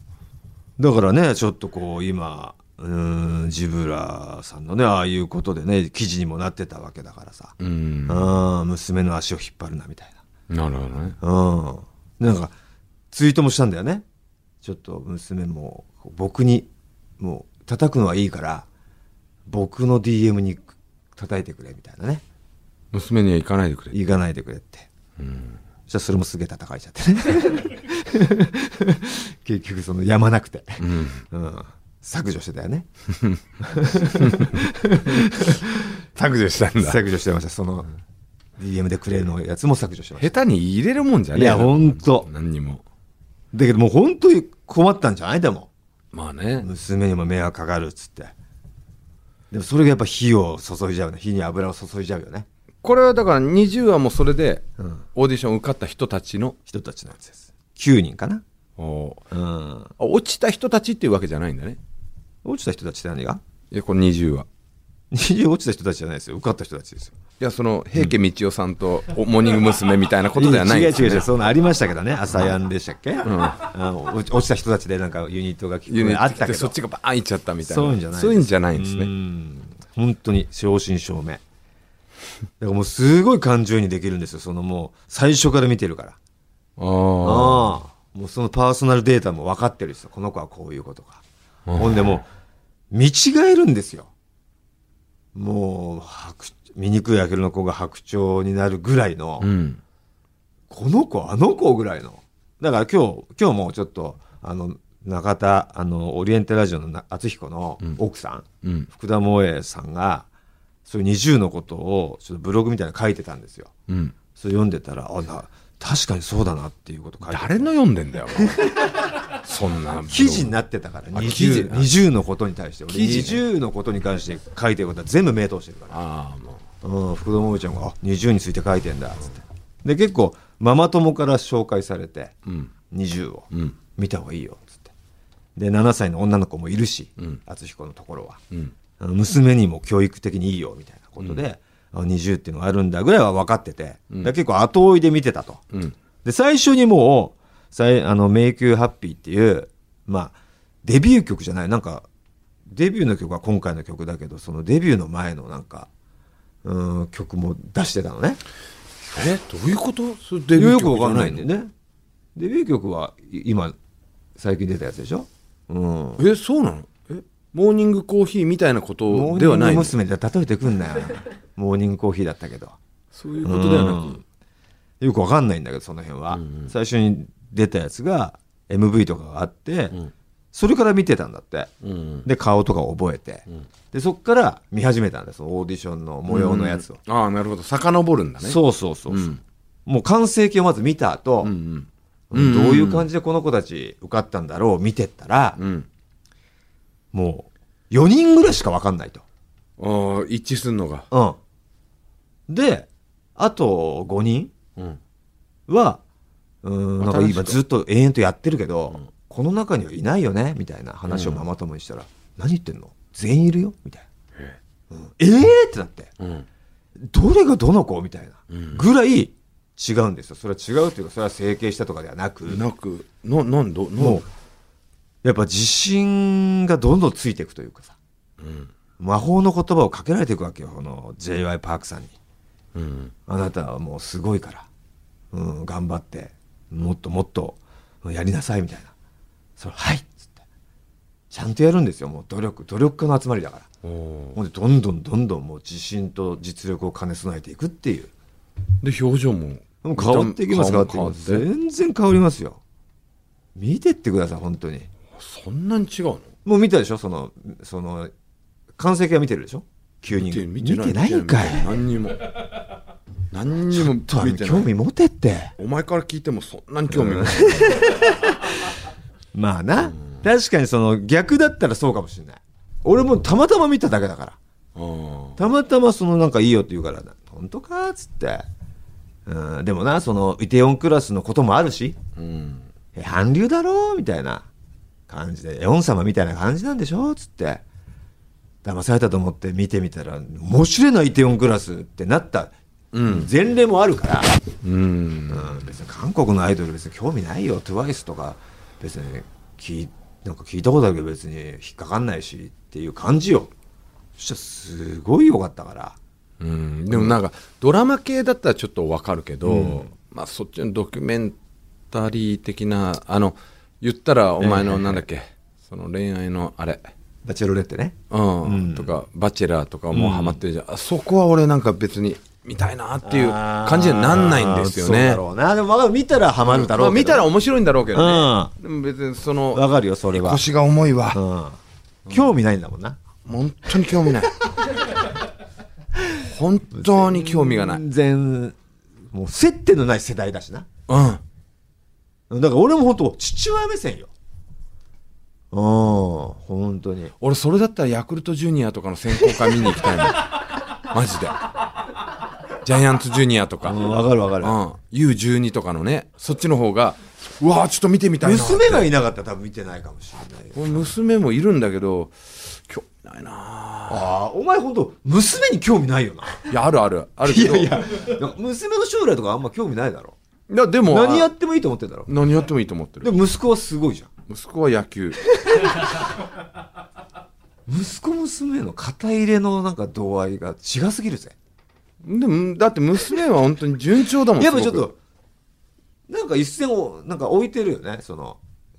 [SPEAKER 1] だからねちょっとこう今うんジブラさんのねああいうことでね記事にもなってたわけだからさ、
[SPEAKER 2] うんな
[SPEAKER 1] ああ娘の足を引っ張るなみたいな
[SPEAKER 2] るほどね
[SPEAKER 1] うん。なんか、ツイートもしたんだよね。ちょっと娘も、僕に、もう、叩くのはいいから、僕の DM に叩いてくれ、みたいなね。
[SPEAKER 2] 娘には行かないでくれ
[SPEAKER 1] 行かないでくれって。そしたらそれもすげえ叩かれちゃってね。結局、その、やまなくて。うん削除してたよね。
[SPEAKER 2] 削除したんだ
[SPEAKER 1] 削除してました。その、DM でくれのやつも削除してました
[SPEAKER 2] 下手に入れるもんじゃねえ
[SPEAKER 1] いやほんと
[SPEAKER 2] 何にも
[SPEAKER 1] だけどもう本当に困ったんじゃないでも。
[SPEAKER 2] まあね
[SPEAKER 1] 娘にも迷惑かかるっつってでもそれがやっぱ火を注いじゃうね火に油を注いじゃうよね
[SPEAKER 2] これはだから20話もそれで
[SPEAKER 1] うん
[SPEAKER 2] オーディション受かった人たちの
[SPEAKER 1] 人たちのやつです9人かな
[SPEAKER 2] お
[SPEAKER 1] うん
[SPEAKER 2] あ落ちた人たちっていうわけじゃないんだね
[SPEAKER 1] 落ちた人たちって何が <laughs>
[SPEAKER 2] いやこの20話
[SPEAKER 1] 20落ちた人たちじゃないですよ受かった人たちですよ
[SPEAKER 2] いやその平家道夫さんとおモーニング娘。みたいなことではないん
[SPEAKER 1] 違う
[SPEAKER 2] です
[SPEAKER 1] 違う
[SPEAKER 2] よね
[SPEAKER 1] 違うそんなありましたけどね朝やんでしたっけ、あの落ち落ちた人たちでなんかユニットが
[SPEAKER 2] ユニット
[SPEAKER 1] あったけど
[SPEAKER 2] そっちがバーンいっちゃったみたいな
[SPEAKER 1] そういうんじゃない
[SPEAKER 2] そういうんじゃないんです
[SPEAKER 1] う
[SPEAKER 2] ね
[SPEAKER 1] ん本当に正真正銘だからもうすごい感情移入できるんですよそのもう最初から見てるから
[SPEAKER 2] ああ
[SPEAKER 1] ああもうそのパーソナルデータも分かってるしこの子はこういうことか、ほんでもう見違えるんですよもう白醜いあけるの子が白鳥になるぐらいの、
[SPEAKER 2] うん
[SPEAKER 1] この子あの子ぐらいのだから今日今日もちょっとあの中田あのオリエンテラジオのな敦彦の奥さん、
[SPEAKER 2] うん
[SPEAKER 1] 福田萌絵さんがそういう20のことをちょっとブログみたいなの書いてたんですよ
[SPEAKER 2] うん
[SPEAKER 1] それ読んでたらあな確かにそうだなっていうこと書いてた
[SPEAKER 2] 誰の読んでんだよお前
[SPEAKER 1] <laughs>
[SPEAKER 2] そんな
[SPEAKER 1] 記事になってたから
[SPEAKER 2] あ記事
[SPEAKER 1] 20, 20のことに対して俺
[SPEAKER 2] 記事
[SPEAKER 1] 20のことに関して書いてることは全部明答してるか
[SPEAKER 2] ああもう
[SPEAKER 1] ら、うん、福田萌ちゃんがあ「20について書いてんだ」っつってで結構ママ友から紹介されて
[SPEAKER 2] うん
[SPEAKER 1] 20を
[SPEAKER 2] うん
[SPEAKER 1] 見た方がいいよっつってで7歳の女の子もいるし敦彦のところは、
[SPEAKER 2] ん
[SPEAKER 1] あの娘にも教育的にいいよみたいなことで、あ20っていうのがあるんだぐらいは分かってて、だから結構後追いで見てたと。
[SPEAKER 2] うん
[SPEAKER 1] で最初にもう「さいあの迷宮ハッピー」っていうまあデビュー曲じゃないなんかデビューの曲は今回の曲だけどそのデビューの前のなんかうん曲も出してたのね
[SPEAKER 2] えどういうことそれデビュー
[SPEAKER 1] よく
[SPEAKER 2] 曲
[SPEAKER 1] わか
[SPEAKER 2] じゃ
[SPEAKER 1] ん
[SPEAKER 2] な
[SPEAKER 1] ないいん
[SPEAKER 2] の
[SPEAKER 1] でねデビュー曲はい今最近出たやつでしょうん
[SPEAKER 2] えそうなのえモーニングコーヒーみたいなことではない
[SPEAKER 1] モ
[SPEAKER 2] の
[SPEAKER 1] ーニング娘。で例えてくん
[SPEAKER 2] <laughs>
[SPEAKER 1] なよモーニングコーヒーだったけど
[SPEAKER 2] そういうことではなく
[SPEAKER 1] よくわかんないんだけどその辺は、最初に出たやつが MV とかがあって、それから見てたんだって。
[SPEAKER 2] うん
[SPEAKER 1] で、顔とか覚えて。で、そっから見始めたんです、オーディションの模様のやつを。
[SPEAKER 2] ああなるほど遡るんだね
[SPEAKER 1] そうそうそうそう。
[SPEAKER 2] うん
[SPEAKER 1] もう完成形をまず見た後、
[SPEAKER 2] うん
[SPEAKER 1] うんどういう感じでこの子たち受かったんだろう見てったら、
[SPEAKER 2] うん
[SPEAKER 1] もう4人ぐらいしか分かんないと。
[SPEAKER 2] ああ一致すんのが
[SPEAKER 1] うん。で、あと5人
[SPEAKER 2] うん
[SPEAKER 1] は、うーん、なんか
[SPEAKER 2] 新しく
[SPEAKER 1] 今ずっと延々とやってるけど、この中にはいないよねみたいな話をママ友にしたら、何言ってんの全員いるよみたい
[SPEAKER 2] へ
[SPEAKER 1] な。うんえーってなって。
[SPEAKER 2] うん
[SPEAKER 1] どれがどの子みたいな
[SPEAKER 2] うん
[SPEAKER 1] ぐらい違うんですよ。それは違うというか、それは整形したとかではなく、
[SPEAKER 2] なくななんどな
[SPEAKER 1] もう、やっぱ自信がどんどんついていくというかさ、
[SPEAKER 2] うん
[SPEAKER 1] 魔法の言葉をかけられていくわけよ、この j y パークさんに。
[SPEAKER 2] うん
[SPEAKER 1] あなたはもうすごいから、うん、頑張って、もっともっとやりなさいみたいな。それ、はいっつって。ちゃんとやるんですよ、もう努力、努力家の集まりだから。
[SPEAKER 2] おー
[SPEAKER 1] ほんで、どんどんどんどんもう自信と実力を兼ね備えていくっていう。
[SPEAKER 2] で表情も
[SPEAKER 1] でも変わっていきます、変わ
[SPEAKER 2] 顔
[SPEAKER 1] っていきます。
[SPEAKER 2] 変わって
[SPEAKER 1] 全然変わりますよ。見てってください、本当に。
[SPEAKER 2] そんなに違うの
[SPEAKER 1] もう見たでしょその、その、完成形は見てるでしょ ?9
[SPEAKER 2] 見て
[SPEAKER 1] 人。
[SPEAKER 2] 見
[SPEAKER 1] 見
[SPEAKER 2] て
[SPEAKER 1] て
[SPEAKER 2] ない
[SPEAKER 1] ないんかい
[SPEAKER 2] 見。てない何にも何にも見
[SPEAKER 1] ちょっとあの
[SPEAKER 2] てな
[SPEAKER 1] 興
[SPEAKER 2] い
[SPEAKER 1] 味持てって。
[SPEAKER 2] お前から聞いてもそんなに興
[SPEAKER 1] <laughs>
[SPEAKER 2] 味ない
[SPEAKER 1] まあな。確かにその逆だったらそうかもしれない。俺もたまたま見ただけだから。
[SPEAKER 2] あ
[SPEAKER 1] たまたまそのなんかいいよって言うから、本当かっつって。うん、でもな、その、イテオンクラスのこともあるし、
[SPEAKER 2] ーうん
[SPEAKER 1] え韓流だろみたいな感じで、エオン様みたいな感じなんでしょつって。騙されたと思って見てみたら、面白いな、イテオンクラスってなった前例もあるから、
[SPEAKER 2] うん
[SPEAKER 1] うん別に韓国のアイドル別に興味ないよ、TWICE とか、別に聞いなんか聞いたことあるけど別に引っかかんないしっていう感じよ。そしたらすごい良かったから。
[SPEAKER 2] うんでもなんかドラマ系だったらちょっとわかるけど、まあそっちのドキュメンタリー的なあの言ったらお前のなんだっけ、その恋愛のあれ
[SPEAKER 1] バチェロレってね。
[SPEAKER 2] うん、とか「バチェラー」とかもうハマってるじゃん、あそこは俺なんか別に見たいなっていう感じにはなんないんですよ
[SPEAKER 1] そう
[SPEAKER 2] ね
[SPEAKER 1] だろうな。でもまあ見たらハマるだろう
[SPEAKER 2] まあ見たら
[SPEAKER 1] わ、
[SPEAKER 2] 面白いんだろうけどね、でも別にその
[SPEAKER 1] かるよ、それは。
[SPEAKER 2] 腰が重いわ、
[SPEAKER 1] うん、興味ないんだもんな
[SPEAKER 2] 本当に興味 <laughs> ない本当に興味がない
[SPEAKER 1] 全然もう接点のない世代だしな
[SPEAKER 2] うん
[SPEAKER 1] だから俺も本当父親目線ようん本当に
[SPEAKER 2] 俺それだったらヤクルトジュニアとかの選考会見に行き
[SPEAKER 1] <laughs>
[SPEAKER 2] たいのマジでジャイアンツジュニアとか、うん、
[SPEAKER 1] わかるわかる
[SPEAKER 2] U12 とかのねそっちの方がうわーちょっと見てみたいなって
[SPEAKER 1] 娘がいなかったら多分見てないかもしれないよ
[SPEAKER 2] 俺娘もいるんだけど興味ないな
[SPEAKER 1] ああお前本当娘に興味ないよな
[SPEAKER 2] いやあるあるある
[SPEAKER 1] い
[SPEAKER 2] けど
[SPEAKER 1] やいやなんか娘の将来とかあんま興味ないだろ
[SPEAKER 2] いやでも
[SPEAKER 1] 何や
[SPEAKER 2] あ
[SPEAKER 1] ってもいいと思ってんだろ
[SPEAKER 2] 何やってもいいと思って
[SPEAKER 1] で
[SPEAKER 2] る
[SPEAKER 1] も息子はすごいじゃん
[SPEAKER 2] 息子は野球
[SPEAKER 1] 息子娘の肩入れのなんか度合いが違すぎるぜ
[SPEAKER 2] でもだって娘は本当に順調だもん
[SPEAKER 1] やっぱちょっ
[SPEAKER 2] すごく
[SPEAKER 1] と、なんか一線を、なんか置いてるよね、その、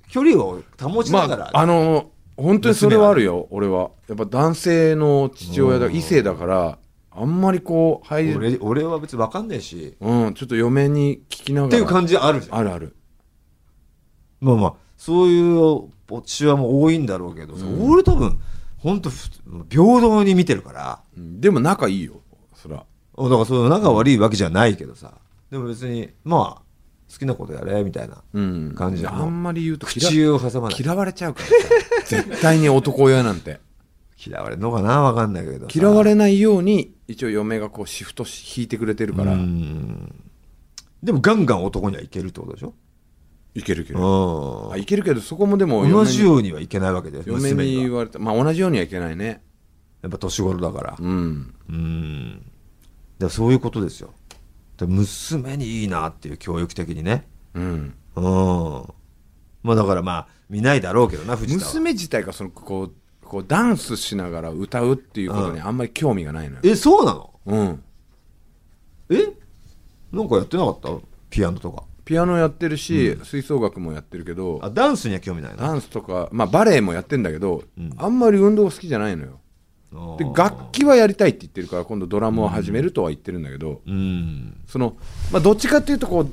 [SPEAKER 1] 距離を保ち
[SPEAKER 2] ま
[SPEAKER 1] ながら。
[SPEAKER 2] ああの本当にそれはあるよ俺はやっぱ男性の父親だ異性だからあんまりこう入る
[SPEAKER 1] 俺俺は別に分かんないし、
[SPEAKER 2] うん、ちょっと嫁に聞きながら。
[SPEAKER 1] っていう感じあるじゃん。
[SPEAKER 2] あるある。
[SPEAKER 1] まあまあ、そういうお父親も多いんだろうけど、俺多分、本当平等に見てるから、
[SPEAKER 2] うんでも仲いいよ、そら。
[SPEAKER 1] だからそういう仲悪いわけじゃないけどさ、でも別に、まあ、好きなことやれ、みたいな
[SPEAKER 2] うん。
[SPEAKER 1] 感じだ
[SPEAKER 2] あんまり言うと嫌
[SPEAKER 1] 口を挟まない。
[SPEAKER 2] 嫌われちゃうから <laughs> さ。絶対に男親なん
[SPEAKER 1] <laughs>
[SPEAKER 2] て。
[SPEAKER 1] 嫌われるのかな分かんないけどさ。
[SPEAKER 2] 嫌われないように、一応嫁がこうシフトし引いてくれてるから、
[SPEAKER 1] でもガンガン男にはいけるってことでしょ
[SPEAKER 2] いけるいける。
[SPEAKER 1] うん。
[SPEAKER 2] あいけるけど、そこもでも
[SPEAKER 1] 同
[SPEAKER 2] 嫁
[SPEAKER 1] じ
[SPEAKER 2] に
[SPEAKER 1] ようにはいけないわけで
[SPEAKER 2] 嫁
[SPEAKER 1] 娘
[SPEAKER 2] に
[SPEAKER 1] に
[SPEAKER 2] 言
[SPEAKER 1] は
[SPEAKER 2] われた。まあ同じようにはいけないね。
[SPEAKER 1] やっぱ年頃だから
[SPEAKER 2] うん。
[SPEAKER 1] うんだからそういうことですよだから娘にいいなっていう教育的にね
[SPEAKER 2] うん。
[SPEAKER 1] うんまあだからまあ見ないだろうけどな藤田は
[SPEAKER 2] 娘自体がその、こう、こうダンスしながら歌うっていうことにあんまり興味がないのよ。
[SPEAKER 1] えそうなの
[SPEAKER 2] うん。
[SPEAKER 1] えなんかやってなかったピアノとか
[SPEAKER 2] ピアノやってるし、吹奏楽もやってるけど、
[SPEAKER 1] あダンスには興味ないな
[SPEAKER 2] ダンスとか、まあ、バレエもやってんだけど、あんまり運動好きじゃないのよで
[SPEAKER 1] あー
[SPEAKER 2] 楽器はやりたいって言ってるから今度ドラムを始めるとは言ってるんだけど、
[SPEAKER 1] うん
[SPEAKER 2] その、まあ、どっちかっていうとこう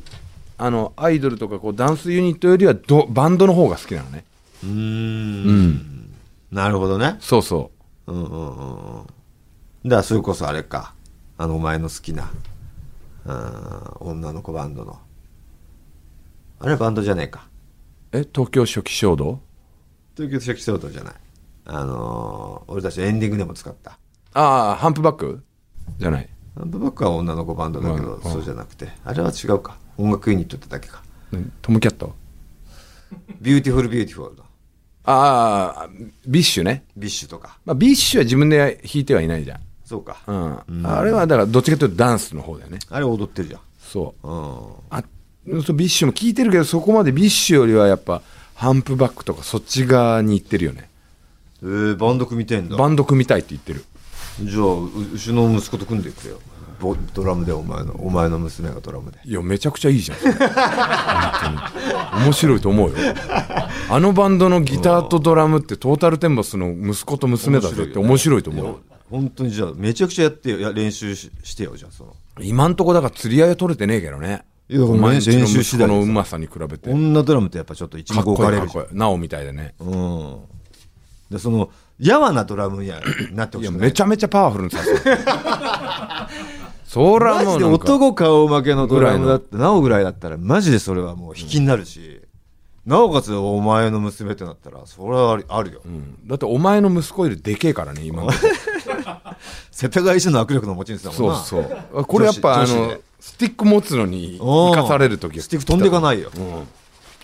[SPEAKER 2] あのアイドルとかこうダンスユニットよりはどバンドの方が好きなのね
[SPEAKER 1] うー。
[SPEAKER 2] うんん。
[SPEAKER 1] なるほどね。
[SPEAKER 2] そうそ
[SPEAKER 1] うんうんうんうん。だからそれこそあれか。あのお前の好きな、うん、女の子バンドの。あれバンドじゃねえか。
[SPEAKER 2] う。え、東京初期衝動
[SPEAKER 1] 東京初期相当じゃない。あのー俺たちエンディングでも使った。
[SPEAKER 2] ああ、ハンプバックじゃない。
[SPEAKER 1] バックは女の子バンドだけど、
[SPEAKER 2] うん
[SPEAKER 1] そうじゃなくて。あれは違うか。音楽ユニットってだけか。
[SPEAKER 2] 何トムキャット
[SPEAKER 1] ビューティフルビューティフルの。
[SPEAKER 2] ああ、ビッシュね。
[SPEAKER 1] ビッシュとか。
[SPEAKER 2] まあ、ビッシュは自分で弾いてはいないじゃん。
[SPEAKER 1] そうか。
[SPEAKER 2] うん。あれはだから、どっちかというとダンスの方だよね。
[SPEAKER 1] あれ踊ってるじゃん。
[SPEAKER 2] そう。
[SPEAKER 1] うん。
[SPEAKER 2] あそうビッシュも聞いてるけど、そこまでビッシュよりはやっぱ、ハンプバックとかそっち側に行ってるよね。
[SPEAKER 1] えー、バンド組みたいんだ。
[SPEAKER 2] バンド組みたいって言ってる。
[SPEAKER 1] じゃあううちの息子と組んでいくよボドラムでお前のお前の娘がドラムで
[SPEAKER 2] いや、めちゃくちゃいいじゃ
[SPEAKER 1] <laughs>
[SPEAKER 2] ん。本当に面白いと思うよ。あのバンドのギターとドラムってトータルテンボスの息子と娘だぜって面白いと思うよ。
[SPEAKER 1] 本当にじゃあめちゃくちゃやってよいや練習ししてよじゃあその
[SPEAKER 2] 今んとこだから釣り合いは取れてねえけどね。
[SPEAKER 1] いやだから
[SPEAKER 2] お前ん
[SPEAKER 1] 練
[SPEAKER 2] ちの
[SPEAKER 1] 練習
[SPEAKER 2] 息
[SPEAKER 1] 次
[SPEAKER 2] 子
[SPEAKER 1] 第です
[SPEAKER 2] のうまさに比べて。
[SPEAKER 1] 女ドラムってやっぱちょっと一
[SPEAKER 2] かっ
[SPEAKER 1] 目置
[SPEAKER 2] こいい
[SPEAKER 1] かれ
[SPEAKER 2] かっ
[SPEAKER 1] るじゃ
[SPEAKER 2] こ
[SPEAKER 1] ん
[SPEAKER 2] いい。なおみたいでね。
[SPEAKER 1] うんでそのやわなドラムにはなってほ
[SPEAKER 2] い
[SPEAKER 1] し
[SPEAKER 2] や、
[SPEAKER 1] くない
[SPEAKER 2] めちゃめちゃパワフルにさ <laughs> せる。そ
[SPEAKER 1] マ
[SPEAKER 2] らも
[SPEAKER 1] ジ
[SPEAKER 2] う
[SPEAKER 1] で
[SPEAKER 2] なんか。
[SPEAKER 1] 男顔負けのドラムだったなおぐらいだったらマジでそれはもう引きになるし、なおかつお前の娘ってなったらそれはありあるよ、
[SPEAKER 2] うんだってお前の息子よりでけえからね、今の。
[SPEAKER 1] 世田谷市の握力の持ち主だもん
[SPEAKER 2] そう
[SPEAKER 1] な
[SPEAKER 2] そう。これやっぱあ
[SPEAKER 1] 女子女子
[SPEAKER 2] の
[SPEAKER 1] で、
[SPEAKER 2] スティック持つのに
[SPEAKER 1] うん
[SPEAKER 2] 生かされる時は
[SPEAKER 1] スティック飛んでいかないよ、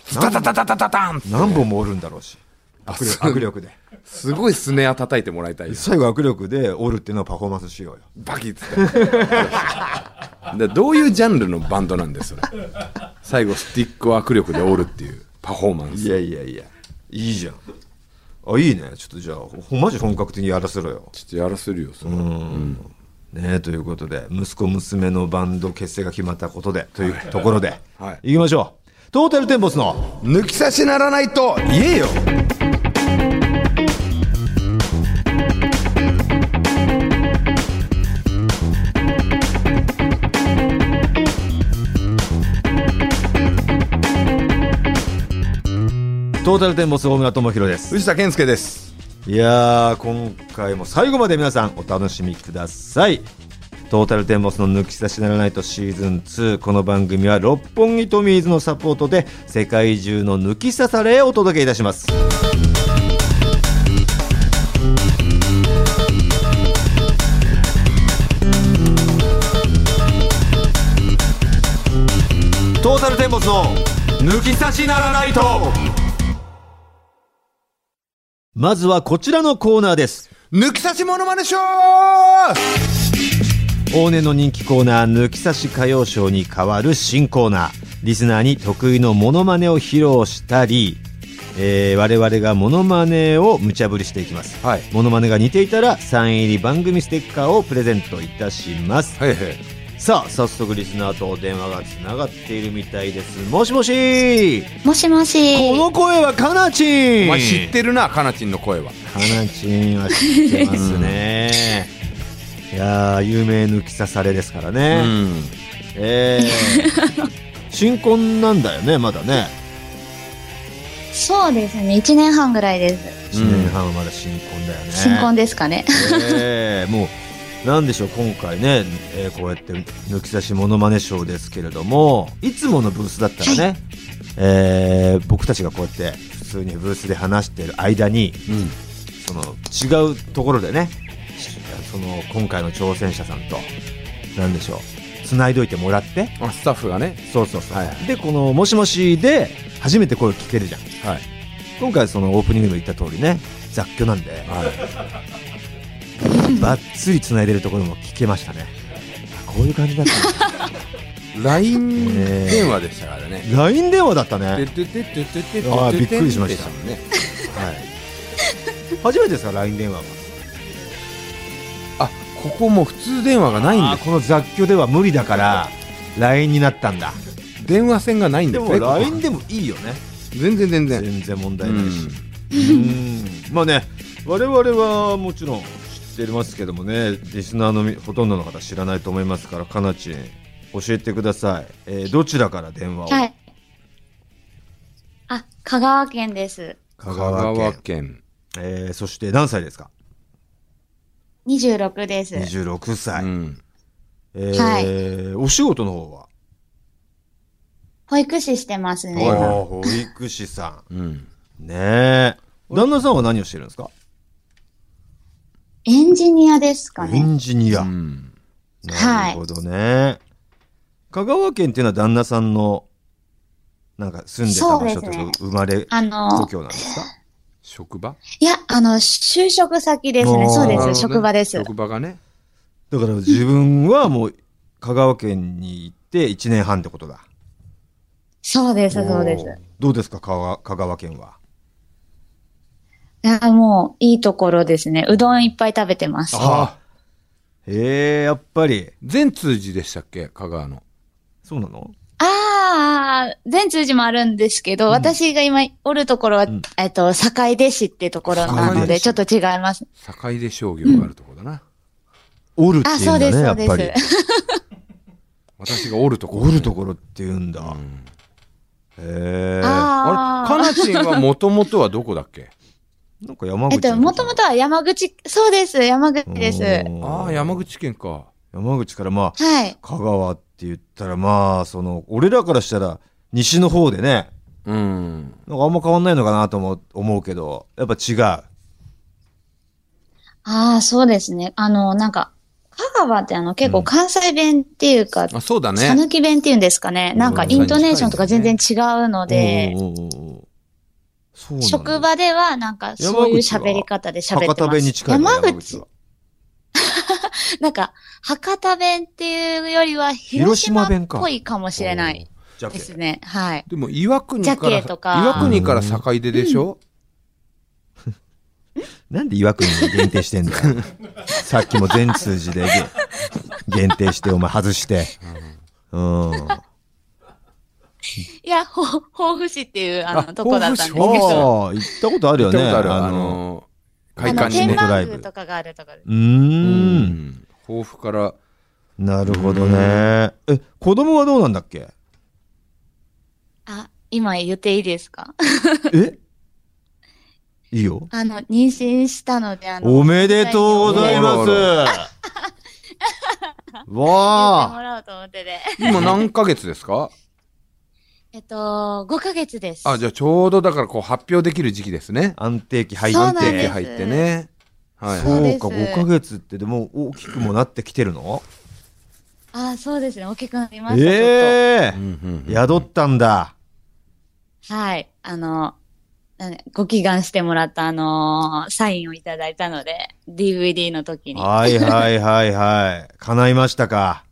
[SPEAKER 2] スタタタタタタタン
[SPEAKER 1] 何本も折るんだろうし握
[SPEAKER 2] そう
[SPEAKER 1] 力握力です
[SPEAKER 2] ごいスネア叩いてもらいたいよ
[SPEAKER 1] 最後握力で折るっていうのはパフォーマンスしようよ
[SPEAKER 2] バキッ <laughs> つってでどういうジャンルのバンドなんですそれ最後スティックを握力で折るっていうパフォーマンス
[SPEAKER 1] やいやいやいいじゃんあいいねちょっとじゃあほマジ本格的にやらせろよ
[SPEAKER 2] ちょっとやらせるよそれ
[SPEAKER 1] ねえということで息子娘のバンド結成が決まったことでというところで、
[SPEAKER 2] はい
[SPEAKER 1] 行きましょうトータルテンボスの
[SPEAKER 2] 抜き差しならないと言えよ
[SPEAKER 1] トータルテンボス大村智弘です
[SPEAKER 2] 藤田健介です
[SPEAKER 1] いやー今回も最後まで皆さんお楽しみくださいトータルテンボスの抜き差しならないとシーズン2この番組は六本木トミーズのサポートで世界中の抜き差されをお届けいたしますトータルテンボスの
[SPEAKER 2] 抜き差しならないと
[SPEAKER 1] まずはこちらのコーナーです
[SPEAKER 2] 抜き差しモノマネショー
[SPEAKER 1] 往年の人気コーナー抜き差し歌謡賞に代わる新コーナーリスナーに得意のモノマネを披露したり、えー我々がモノマネを無茶ぶりしていきます、
[SPEAKER 2] はい
[SPEAKER 1] モノマネが似ていたらサイン入り番組ステッカーをプレゼントいたします、
[SPEAKER 2] はいはい
[SPEAKER 1] さあ早速リスナーと電話がつながっているみたいですもしもし
[SPEAKER 3] もしもし。
[SPEAKER 1] この声はかなちん
[SPEAKER 2] お前知ってるなかなちんの声は
[SPEAKER 1] かなちんは知ってますねいやー有名抜き差されですから
[SPEAKER 2] う
[SPEAKER 1] ね、
[SPEAKER 2] ん
[SPEAKER 1] え
[SPEAKER 3] <laughs>
[SPEAKER 1] ー新婚なんだよねまだね
[SPEAKER 3] そうですね。1年半ぐらいです。
[SPEAKER 1] 1年半はまだ新婚だよね、
[SPEAKER 3] 新婚ですかね。
[SPEAKER 1] えーもうなんでしょう今回ね、えーこうやって抜き差しモノマネショーですけれどもいつものブースだったらね、えー僕たちがこうやって普通にブースで話してる間に
[SPEAKER 2] うん
[SPEAKER 1] その違うところでねしその今回の挑戦者さんとなんでしょう繋いどいてもらって
[SPEAKER 2] あスタッフがね
[SPEAKER 1] そうそうそう、
[SPEAKER 2] はい
[SPEAKER 1] でこの「もしもし」で初めて声聞けるじゃん
[SPEAKER 2] はい
[SPEAKER 1] 今回そのオープニングでも言った通りね雑居なんで
[SPEAKER 2] はい
[SPEAKER 1] バッツリ繋いでるところも聞けましたねあこういう感じだった
[SPEAKER 2] LINE
[SPEAKER 1] えー
[SPEAKER 2] 電話でしたからね
[SPEAKER 1] LINE 電話だった
[SPEAKER 2] て
[SPEAKER 1] ね、
[SPEAKER 2] てててててて
[SPEAKER 1] あーびっくりしました
[SPEAKER 2] でもんね
[SPEAKER 1] はい、初めてですか LINE 電話は
[SPEAKER 2] あここもう普通電話がないん
[SPEAKER 1] あ
[SPEAKER 2] で
[SPEAKER 1] ーこの雑居では無理だから LINE になったんだ
[SPEAKER 2] す電話線がないんで
[SPEAKER 1] ですも
[SPEAKER 2] ねここ
[SPEAKER 1] LINE でもいいよね
[SPEAKER 2] 全然全然
[SPEAKER 1] 全然問
[SPEAKER 2] う
[SPEAKER 1] 題ないし
[SPEAKER 2] ん
[SPEAKER 1] うんまあね我々はもちろん知ってますけどもねリスナーのみほとんどの方知らないと思いますからかなちん教えてください、えーどちらから電話を、
[SPEAKER 3] はい。あ、香川県です。
[SPEAKER 1] 香川県
[SPEAKER 2] 県
[SPEAKER 1] えーそして何歳ですか
[SPEAKER 3] 26です。
[SPEAKER 1] 26歳、
[SPEAKER 2] うん、
[SPEAKER 1] えーお仕事の方は、
[SPEAKER 3] 保育士してますね。
[SPEAKER 1] あ
[SPEAKER 3] 今
[SPEAKER 1] ー保育士さ
[SPEAKER 2] うん、
[SPEAKER 1] んねえ旦那さんは何をしてるんですか
[SPEAKER 3] エンジニアですか
[SPEAKER 1] エ
[SPEAKER 3] ね。
[SPEAKER 1] ンジニア、
[SPEAKER 2] うん
[SPEAKER 1] なるほどね香川県っていうのは旦那さんのなんか住んでた場所
[SPEAKER 3] そう
[SPEAKER 1] と
[SPEAKER 3] です
[SPEAKER 1] か
[SPEAKER 3] ね
[SPEAKER 1] 生まれ
[SPEAKER 3] あの
[SPEAKER 1] 故、郷なんですか
[SPEAKER 2] 職場
[SPEAKER 3] いや、あの、就職先です
[SPEAKER 1] あー
[SPEAKER 3] ね。そう
[SPEAKER 2] な
[SPEAKER 3] で
[SPEAKER 2] るほどね
[SPEAKER 3] す。職場です。
[SPEAKER 2] 職場がね
[SPEAKER 1] だから自分はもう香川県に行って1年半ってことだ
[SPEAKER 3] そうです、そうです
[SPEAKER 1] お。ーどうですか香川香川県はい
[SPEAKER 3] や、もう、いいところですね。うどんいっぱい食べてます。
[SPEAKER 2] あ
[SPEAKER 1] へえやっぱり
[SPEAKER 2] 全通じでしたっけ香川の
[SPEAKER 1] そうなの
[SPEAKER 3] ああ、全通寺もあるんですけど、私が今おるところは、
[SPEAKER 1] ん
[SPEAKER 3] えっと、堺出市ってところなの
[SPEAKER 1] 坂出
[SPEAKER 3] で、
[SPEAKER 1] 市
[SPEAKER 3] ちょっと違います。
[SPEAKER 2] 堺出商業があるところだな、
[SPEAKER 1] おるって
[SPEAKER 3] あ、
[SPEAKER 1] い
[SPEAKER 3] そううん
[SPEAKER 1] だ
[SPEAKER 3] で
[SPEAKER 1] ね
[SPEAKER 3] す、そ
[SPEAKER 1] や
[SPEAKER 3] う
[SPEAKER 1] っ
[SPEAKER 3] で
[SPEAKER 1] ぱり
[SPEAKER 3] す。
[SPEAKER 2] 私がおるところ
[SPEAKER 1] おるところっていうんだ、
[SPEAKER 2] うん
[SPEAKER 1] へえ
[SPEAKER 2] あれ
[SPEAKER 3] あ
[SPEAKER 2] かなちんはもともとはどこだっけ
[SPEAKER 1] なんか山
[SPEAKER 3] あ。
[SPEAKER 1] 口
[SPEAKER 3] えっと、もともとは山口、そうです、山口です。
[SPEAKER 2] ああ山口県か
[SPEAKER 1] 山口からまあ
[SPEAKER 3] はい。
[SPEAKER 1] 香川って言ったらまあその俺らからしたら西の方でね
[SPEAKER 2] うん
[SPEAKER 1] なんかあんま変わんないのかなとも思うけどやっぱ違う
[SPEAKER 3] ああ、そうですね。あの、なんか、香川ってあの、結構関西弁っていうか、
[SPEAKER 2] あそうだ
[SPEAKER 3] さ
[SPEAKER 2] ね
[SPEAKER 3] ぬき弁っていうんですかね。なんか、イントネーションとか全然違うので、
[SPEAKER 1] うんうんうんうんそうなんだ
[SPEAKER 3] 職場ではなんか、そういう
[SPEAKER 1] 山口は
[SPEAKER 3] 喋り方で喋ってます。
[SPEAKER 1] 博多弁に近いの
[SPEAKER 3] 山口
[SPEAKER 1] は
[SPEAKER 3] なんか、博多弁っていうよりは、広
[SPEAKER 1] 広島
[SPEAKER 3] 島
[SPEAKER 1] 弁
[SPEAKER 3] っ
[SPEAKER 1] か
[SPEAKER 3] ぽいかもしれない
[SPEAKER 1] じゃけ
[SPEAKER 3] ですね。はい。
[SPEAKER 2] でも岩国か
[SPEAKER 3] ジ
[SPEAKER 2] ら
[SPEAKER 3] ャケとか
[SPEAKER 2] 岩国から堺出でしょ、
[SPEAKER 1] なんで岩国に限定してんだよ
[SPEAKER 3] <laughs>
[SPEAKER 1] さっきも全通じで限定してお前外してうん
[SPEAKER 3] いや、ほ、甲府市っていう、あ
[SPEAKER 2] あ
[SPEAKER 3] の、とこだったんですけど、
[SPEAKER 1] ああ、行ったことあるよ
[SPEAKER 2] 行った
[SPEAKER 1] ね。
[SPEAKER 2] ことあるあ
[SPEAKER 1] の、
[SPEAKER 2] の
[SPEAKER 3] あ
[SPEAKER 2] 会
[SPEAKER 3] の、
[SPEAKER 2] 館に
[SPEAKER 3] 天
[SPEAKER 1] ねライ
[SPEAKER 2] ね
[SPEAKER 3] 満
[SPEAKER 1] ブ
[SPEAKER 3] 宮とかがあるとかです
[SPEAKER 1] う。ーん。
[SPEAKER 2] 抱負から
[SPEAKER 1] なるほどね。え、子供はどうなんだっけ
[SPEAKER 3] あ、今言っていいですか <laughs>
[SPEAKER 1] えいいよ。
[SPEAKER 3] あの、妊娠したので、あの、
[SPEAKER 1] おめでとうございます。
[SPEAKER 3] 言っても
[SPEAKER 1] わあ。
[SPEAKER 3] らおうと思って <laughs> で。
[SPEAKER 2] 今何ヶ月ですか
[SPEAKER 3] えっと、5ヶ月です。
[SPEAKER 2] あじゃあちょうどだからこう発表できる時期ですね
[SPEAKER 1] 安定期入
[SPEAKER 3] そう
[SPEAKER 1] っ
[SPEAKER 3] なん
[SPEAKER 2] 定
[SPEAKER 3] で
[SPEAKER 2] 期
[SPEAKER 1] て
[SPEAKER 3] す。
[SPEAKER 2] 入ってねはい
[SPEAKER 3] そ
[SPEAKER 1] そうか、
[SPEAKER 3] うそうで
[SPEAKER 1] 5
[SPEAKER 3] す
[SPEAKER 1] ヶ月ってでも大きくもなってきてるの
[SPEAKER 3] あ、そうですね。大きくなりました。ちょっ
[SPEAKER 1] え
[SPEAKER 2] うんうん。
[SPEAKER 1] え宿ったんだ。
[SPEAKER 3] とはい。あの、なんでご祈願してもらった、あのーサインをいただいたので、DVD の時に。
[SPEAKER 1] はいはいはいはい。叶いましたか。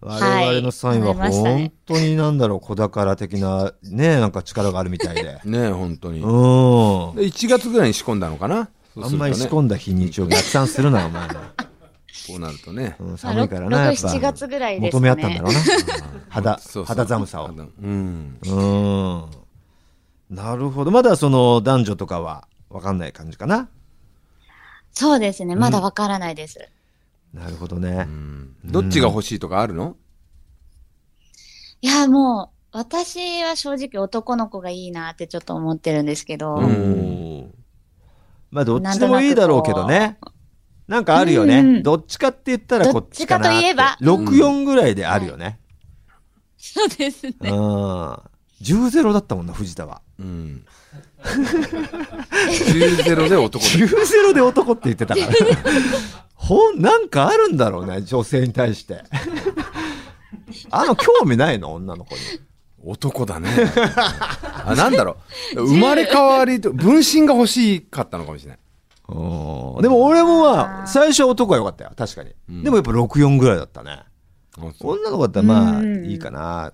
[SPEAKER 1] 我
[SPEAKER 3] はい
[SPEAKER 1] 々のサインは
[SPEAKER 3] 叶いましたね
[SPEAKER 1] 本当になんだろう、小宝的なね、なんか力があるみたいで
[SPEAKER 3] <laughs>
[SPEAKER 2] ねえ本当に
[SPEAKER 1] うん。あ
[SPEAKER 2] で1月ぐらいに仕込んだのかなそうんすると
[SPEAKER 1] ま
[SPEAKER 2] ね
[SPEAKER 1] り仕込んだ日にちを逆算するな、お前の。
[SPEAKER 2] こうなるとね
[SPEAKER 1] うん、
[SPEAKER 3] まあ
[SPEAKER 1] 寒いからな、や
[SPEAKER 3] ろ
[SPEAKER 1] っ
[SPEAKER 3] く
[SPEAKER 1] ぱ。
[SPEAKER 3] 7月ぐらいです
[SPEAKER 1] 求め
[SPEAKER 3] かね
[SPEAKER 1] 合ったんだろうな。肌、
[SPEAKER 2] <laughs> そうそう
[SPEAKER 1] 肌寒さを。
[SPEAKER 2] 肌うん
[SPEAKER 1] うん。なるほど。まだその男女とかは分かんない感じかな。
[SPEAKER 3] そうですね。まだわからないです。
[SPEAKER 1] なるほどね。
[SPEAKER 2] うんどっちが欲しいとかあるの
[SPEAKER 3] いや、もう、私は正直男の子がいいなってちょっと思ってるんですけど、
[SPEAKER 2] うん
[SPEAKER 1] まあどっちでもいいだろうけどね。なんかあるよ
[SPEAKER 3] うんう
[SPEAKER 1] ね。
[SPEAKER 3] ん
[SPEAKER 1] どっちかって言ったらこっちかなって。
[SPEAKER 3] どっちかといえば
[SPEAKER 1] 64ぐらいであるよね。
[SPEAKER 3] そうですね。
[SPEAKER 1] うん。10-0だったもんな、藤田は。 <laughs>
[SPEAKER 2] うん10ゼロで男で
[SPEAKER 1] 10-0で男って言ってたから。ほん、なんかあるんだろうね、女性に対して。あの、興味ないの女の子に。
[SPEAKER 2] 男だね
[SPEAKER 1] <laughs>
[SPEAKER 2] あなんだろう生まれ変わりと分身が欲しかったのかもしれない
[SPEAKER 1] うんでも俺もまあ、最初は男が良かったよ、確かに。
[SPEAKER 2] うん
[SPEAKER 1] でもやっぱ64ぐらいだったね。
[SPEAKER 2] あそう
[SPEAKER 1] 女の子だったらまあ
[SPEAKER 3] うんうん
[SPEAKER 1] いいかな。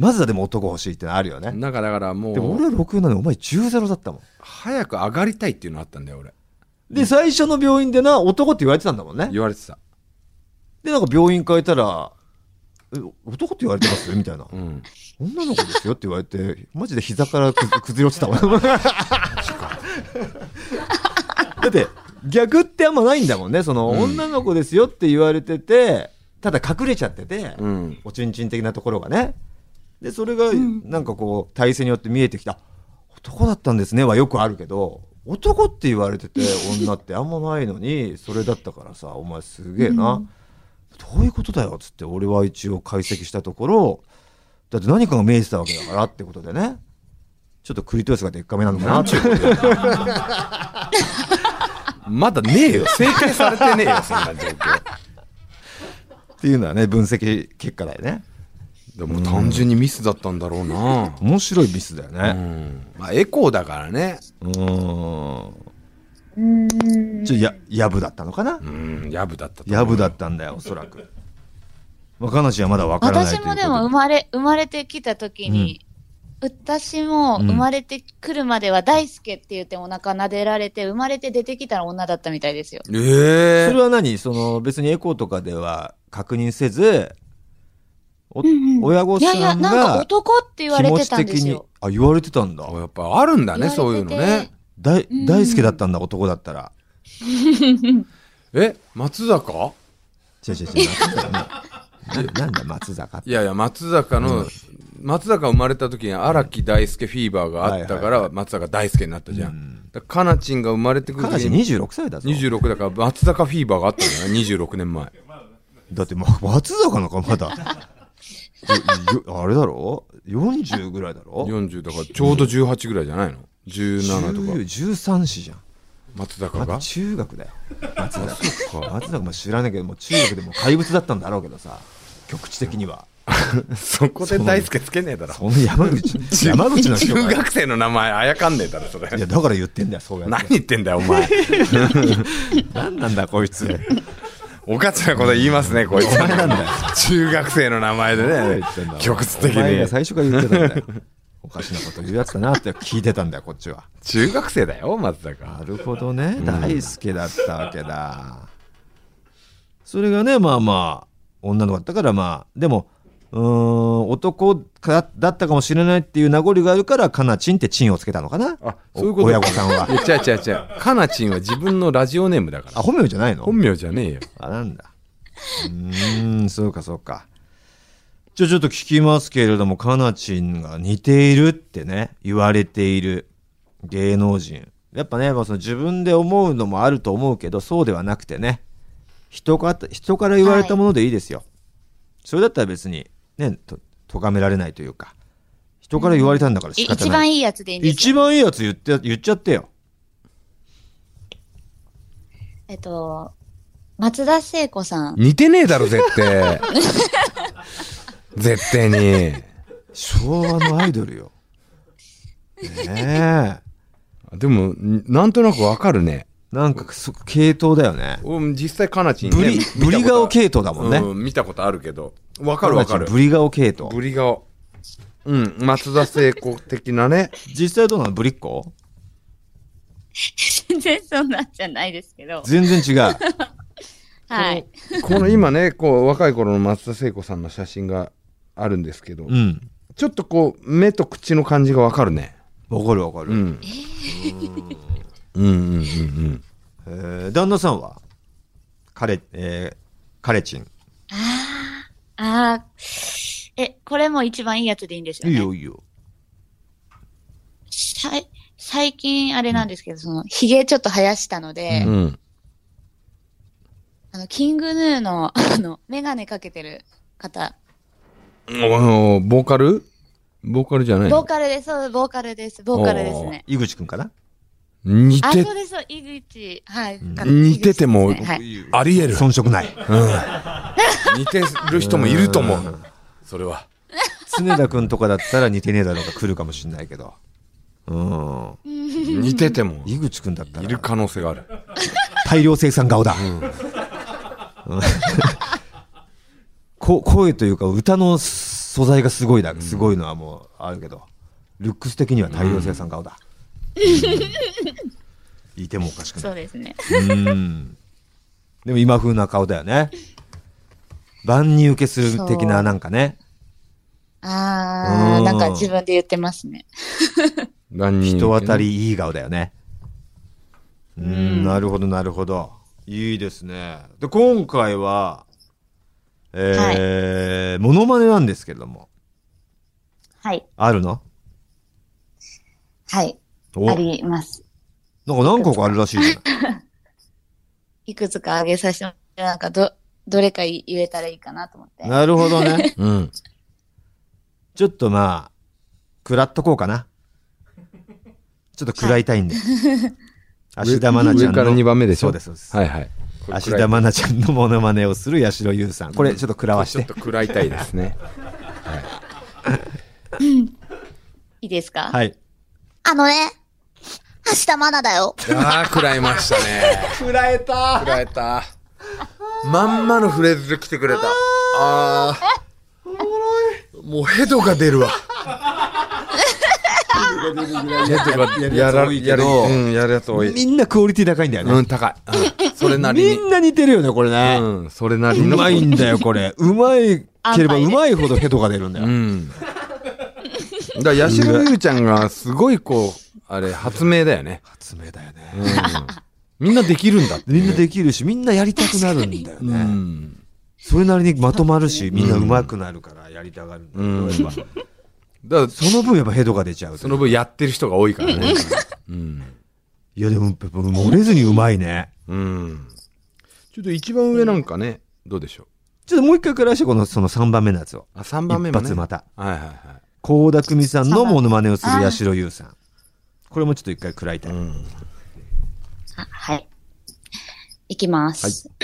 [SPEAKER 1] まずはでも男欲しいってのあるよね。
[SPEAKER 2] なんかだからも
[SPEAKER 1] でも俺
[SPEAKER 2] う
[SPEAKER 1] は64なのにお前10-0だったもん。
[SPEAKER 2] 早く上がりたいっていうのあったんだよ俺
[SPEAKER 1] で、最初の病院でな、男って言われてたんだもんね。
[SPEAKER 2] 言われてた
[SPEAKER 1] で、なんか病院変えたら、え男って言われてますみたいな
[SPEAKER 2] う。ん
[SPEAKER 1] 女の子ですよって言われて、マジで膝からくず崩れ落ちたもん。だって、逆ってあんまないんだもんね。その、
[SPEAKER 2] うん
[SPEAKER 1] 女の子ですよって言われてて、ただ隠れちゃってて、
[SPEAKER 2] うん
[SPEAKER 1] おちんちん的なところがね。で、それが、なんかこう、体勢によって見えてきた。男だったんですねはよくあるけど、男って言われてて女ってあんまないのに、それだったからさ、お前すげえな。どういうことだよっつって俺は一応解析したところ、だって何かが明示したわけだからってことでね。ちょっとクリトリスがでっかめなのかなっていうことで
[SPEAKER 2] まだねえよ。正解されてねえよ、そんな状況。
[SPEAKER 1] っていうのはね、分析結果だよね。
[SPEAKER 2] でも単純にミスだったんだろうな。
[SPEAKER 1] 面白いミスだよ
[SPEAKER 2] う
[SPEAKER 1] ね。
[SPEAKER 2] ん。まあ、エコーだからね。
[SPEAKER 1] うん。
[SPEAKER 3] うん。
[SPEAKER 1] ちょ、や、やぶだったのかな
[SPEAKER 2] うん、やぶだったと思う
[SPEAKER 1] やぶだったんだよ、おそらく。若梨はまだわからないとい
[SPEAKER 3] 私
[SPEAKER 1] う
[SPEAKER 3] もでも生
[SPEAKER 1] こ
[SPEAKER 3] まれ、生まれてきた時に、私も生まれてくるまでは大輔って言ってお腹撫でられて、生まれて出てきたら女だったみたいですよ。
[SPEAKER 1] とで。そ
[SPEAKER 2] え
[SPEAKER 1] れは何その、別にエコーとかでは確認せず、お親御
[SPEAKER 3] いやい
[SPEAKER 1] さ
[SPEAKER 3] や、
[SPEAKER 1] ん
[SPEAKER 3] なんか
[SPEAKER 1] が
[SPEAKER 3] 男って言わ
[SPEAKER 1] 気
[SPEAKER 3] れ
[SPEAKER 1] 持
[SPEAKER 3] て
[SPEAKER 1] ち
[SPEAKER 3] たんで
[SPEAKER 1] 的
[SPEAKER 3] す
[SPEAKER 1] に
[SPEAKER 3] よ。、
[SPEAKER 1] あ、言われてたんだ
[SPEAKER 2] え。。やっぱあるんだね、そういうの
[SPEAKER 3] 言われて
[SPEAKER 2] ね
[SPEAKER 3] て。
[SPEAKER 1] 大
[SPEAKER 3] うん、
[SPEAKER 1] 大好きだったんだ、男だったら。
[SPEAKER 2] え、松坂
[SPEAKER 1] 違う違う違う、
[SPEAKER 3] <laughs>
[SPEAKER 1] 松坂ねななんだ、松坂って
[SPEAKER 2] い。やいや、松坂の、松坂生まれた時に荒木大輔フィーバーがあった
[SPEAKER 1] は
[SPEAKER 2] か
[SPEAKER 1] いはいは
[SPEAKER 2] ら、松坂大輔になったじゃ
[SPEAKER 1] うんん。
[SPEAKER 2] だからかなちんが生まれてくる
[SPEAKER 1] かな
[SPEAKER 2] 時
[SPEAKER 1] し
[SPEAKER 2] に、
[SPEAKER 1] 26歳だぞ。
[SPEAKER 2] 26だから松坂フィーバーがあったんだよね、26年前。
[SPEAKER 1] だって、ま、松坂なんかま
[SPEAKER 3] <laughs>
[SPEAKER 1] だ。よよあれだろ ?40 ぐらいだろ
[SPEAKER 2] 40だからちょうど18ぐらいじゃないの ?17 とか。
[SPEAKER 1] 13子じゃん。
[SPEAKER 2] 松坂
[SPEAKER 1] まだ
[SPEAKER 2] が
[SPEAKER 1] 中学だよ。松
[SPEAKER 2] そっ
[SPEAKER 1] 坂。
[SPEAKER 2] か
[SPEAKER 1] 松坂も知らないけど、もう中学でも怪物だったんだろうけどさ、局地的には。
[SPEAKER 2] そこで大輔つけねえだろ。
[SPEAKER 1] その山口、山口の人が。
[SPEAKER 2] 中学生の名前あやかんねえだろ、それ。
[SPEAKER 1] いや、だから言ってんだよ、そうやっ
[SPEAKER 2] <laughs> 何
[SPEAKER 1] て。
[SPEAKER 2] 言ってんだよ、お前。
[SPEAKER 1] 何なんだ、こいつ。
[SPEAKER 2] おかしなこと言いますね、こいつ。中学生の名前でね
[SPEAKER 1] 言ってんだ、
[SPEAKER 2] 局地的
[SPEAKER 1] お前が
[SPEAKER 2] に。
[SPEAKER 1] 最初から言ってたんだよ。おかしなこと言うやつだなって聞いてたんだよ、こっちは。
[SPEAKER 2] 中学生だよ、松坂。
[SPEAKER 1] なるほどね。大好きだったわけだ。それがね、まあまあ、女の子だったからまあ、でも、うーん、男かだったかもしれないっていう名残があるから、かなちんってチンをつけたのかな
[SPEAKER 2] あ、そういうこと
[SPEAKER 1] お親御さんは。
[SPEAKER 2] いや違う違う違う。かなちんは自分のラジオネームだから
[SPEAKER 1] あ、。本名じゃないの
[SPEAKER 2] 本名じゃねえよ。
[SPEAKER 1] あ、なんだ。うーん、そうかそうか。じゃあちょっと聞きますけれども、かなちんが似ているってね、言われている芸能人。やっぱね、まあ、その自分で思うのもあると思うけど、そうではなくてね、人か人から言われたものでいいですよ。それだったら別に、ね、と、咎められないというか、人から言われたんだから
[SPEAKER 3] い
[SPEAKER 1] 仕方
[SPEAKER 3] 一
[SPEAKER 1] ない。
[SPEAKER 3] 番いいやつでいいんです
[SPEAKER 1] 一
[SPEAKER 3] よ。
[SPEAKER 1] 番いいやつ言って、言っちゃってよ。
[SPEAKER 3] えっと、松田聖子さん。
[SPEAKER 2] 似てねえだろ、絶 <laughs> 対。絶対に。
[SPEAKER 1] 昭和のアイドル
[SPEAKER 3] <laughs>
[SPEAKER 1] よ。ねえ。
[SPEAKER 2] でも、んなんとなくわかるね。
[SPEAKER 1] なんかそ、系統だよね。
[SPEAKER 2] うん、実際かなちんね
[SPEAKER 1] ブリ、
[SPEAKER 2] 見たこと
[SPEAKER 1] ブリ顔系統だもんね。
[SPEAKER 2] うん、見たことあるけど。わかるわかる。
[SPEAKER 1] ブリ顔系統
[SPEAKER 2] ブ。リ顔。うん、松田聖子的なね。
[SPEAKER 1] 実際どうなのブリっ子
[SPEAKER 3] 全然そうなんじゃないですけど。
[SPEAKER 1] 全然違う。
[SPEAKER 3] はい。
[SPEAKER 2] この今ね、こう、若い頃の松田聖子さんの写真があるんですけ
[SPEAKER 1] <laughs>
[SPEAKER 2] ど、
[SPEAKER 1] うん。
[SPEAKER 2] ちょっとこう、目と口の感じがわかるね。
[SPEAKER 1] わかるわか
[SPEAKER 2] う
[SPEAKER 1] る。
[SPEAKER 2] ん。うんうんうんうん。
[SPEAKER 1] えー旦那さんは彼、えー、彼チン。
[SPEAKER 3] あーえ、これも一番いいやつでいいんですよ
[SPEAKER 1] いい
[SPEAKER 3] ね。
[SPEAKER 1] よいいよ。
[SPEAKER 3] さい最近、あれなんですけど、その、ひげちょっと生やしたので、
[SPEAKER 2] うん。
[SPEAKER 3] あの、キングヌーの、あの、メガネかけてる方、
[SPEAKER 2] おーボーカルボーカルじゃない
[SPEAKER 3] ボー
[SPEAKER 2] の
[SPEAKER 3] カルです、そう、ボーカルです、ボーカルですね。
[SPEAKER 1] 井口くんかな
[SPEAKER 2] 似
[SPEAKER 3] あ、
[SPEAKER 2] て
[SPEAKER 3] そう、です、そう井口、はい。
[SPEAKER 2] 似てても
[SPEAKER 3] 井口ですねはい、
[SPEAKER 2] ありえる。
[SPEAKER 1] 遜色ない。
[SPEAKER 2] 似てる人もいると思う。それは。
[SPEAKER 1] 常田くんとかだったら似てねえだろうが来るかもしんないけど。うん。
[SPEAKER 2] 似てても、
[SPEAKER 1] 井口くんだった
[SPEAKER 2] いる
[SPEAKER 1] ら
[SPEAKER 2] 可能性がある。
[SPEAKER 1] 大量生産顔だ。うんこ声というか歌の素材がすごいだ。すごいのはもうあるけど、ルックス的には大量生産顔だ。いてもおかしくな
[SPEAKER 3] そ
[SPEAKER 1] い。
[SPEAKER 3] うですね。
[SPEAKER 1] うんでも今風な顔だよね。万人受けする的
[SPEAKER 3] そ
[SPEAKER 1] な
[SPEAKER 3] う
[SPEAKER 1] なんかね。
[SPEAKER 3] あ
[SPEAKER 1] うん
[SPEAKER 3] ー、なんか自分で言ってますね。
[SPEAKER 2] 何人
[SPEAKER 1] 人当たりいい顔だよね。うん、なるほど、なるほど。いいですね。で、今回は、えー、モノマネなんですけども。
[SPEAKER 3] はい。
[SPEAKER 1] あるの
[SPEAKER 3] はい。
[SPEAKER 1] おな
[SPEAKER 3] あ
[SPEAKER 1] んか
[SPEAKER 3] ります。
[SPEAKER 1] 何個かあるら
[SPEAKER 2] <laughs>
[SPEAKER 1] しいじゃない。
[SPEAKER 3] いくつか挙げさせてもらって、なんかど、どれか言えたらいいかなと思って。
[SPEAKER 1] なるほどね。
[SPEAKER 2] うん。
[SPEAKER 1] ちょっとまあ、食らっとこうかな。ちょっと食らいたいん
[SPEAKER 2] <laughs>
[SPEAKER 1] で。芦田愛菜ちゃん
[SPEAKER 2] 上から2
[SPEAKER 1] の、
[SPEAKER 2] 番目でし
[SPEAKER 1] そ
[SPEAKER 2] ょ
[SPEAKER 1] うですそうです
[SPEAKER 2] はいはい。
[SPEAKER 1] 芦田愛菜ちゃんのモノマネをする八代優さん。これちょっと食らわし。
[SPEAKER 2] ちょってと食らいたいですね。
[SPEAKER 3] いいですか
[SPEAKER 1] はい。
[SPEAKER 3] あのね、明日マナだよ。
[SPEAKER 2] ああ、食らいましたね。
[SPEAKER 1] 食らえた
[SPEAKER 2] 食らえた。まんまのフレーズで来てくれた。ああ。もうヘドが出るわ。ヘドが出るやらやる、うん、やるやつ多
[SPEAKER 1] み
[SPEAKER 2] い。
[SPEAKER 1] んなクオリティ高いんだよね。
[SPEAKER 2] うん、高い。うんそれなり
[SPEAKER 1] み
[SPEAKER 2] に。
[SPEAKER 1] んな似てるよね、これね。
[SPEAKER 2] うん、それなり
[SPEAKER 1] う
[SPEAKER 2] の。
[SPEAKER 1] まいんだよ、こ
[SPEAKER 2] <laughs>
[SPEAKER 1] れ。うまいければうまいほどヘドが出るんだよ。
[SPEAKER 2] うん。だから、ヤシロユウちゃんがすごいこう、あれ、発明だよね。
[SPEAKER 1] 発明だよね。
[SPEAKER 2] うん。みんなできるんだって。
[SPEAKER 1] みんなできるし、みんなやりたくなるんだよ
[SPEAKER 2] う
[SPEAKER 1] ね。
[SPEAKER 2] ん。
[SPEAKER 1] それなりにまとまるし、みんな上手くなるからやりたがるんだよ
[SPEAKER 2] うん
[SPEAKER 1] やっぱ
[SPEAKER 2] だから、
[SPEAKER 1] その分やっぱヘドが出ちゃう。
[SPEAKER 2] その分やってる人が多いからね。うん。
[SPEAKER 1] いやでも、やっぱ漏れずにうまいね。
[SPEAKER 2] うん。ちょっと一番上なんかね、どうでしょう。
[SPEAKER 1] ちょっともう一回暮らして、この、その3番目のやつを。
[SPEAKER 2] あ、3番目
[SPEAKER 1] 一
[SPEAKER 2] もね。
[SPEAKER 1] 発また。
[SPEAKER 2] はいはいは
[SPEAKER 1] 高田久美さんのモノマネをする八代優さん。これもちょっと一回食らいたい。
[SPEAKER 2] い。うん。
[SPEAKER 3] あはい。いきます。 <coughs>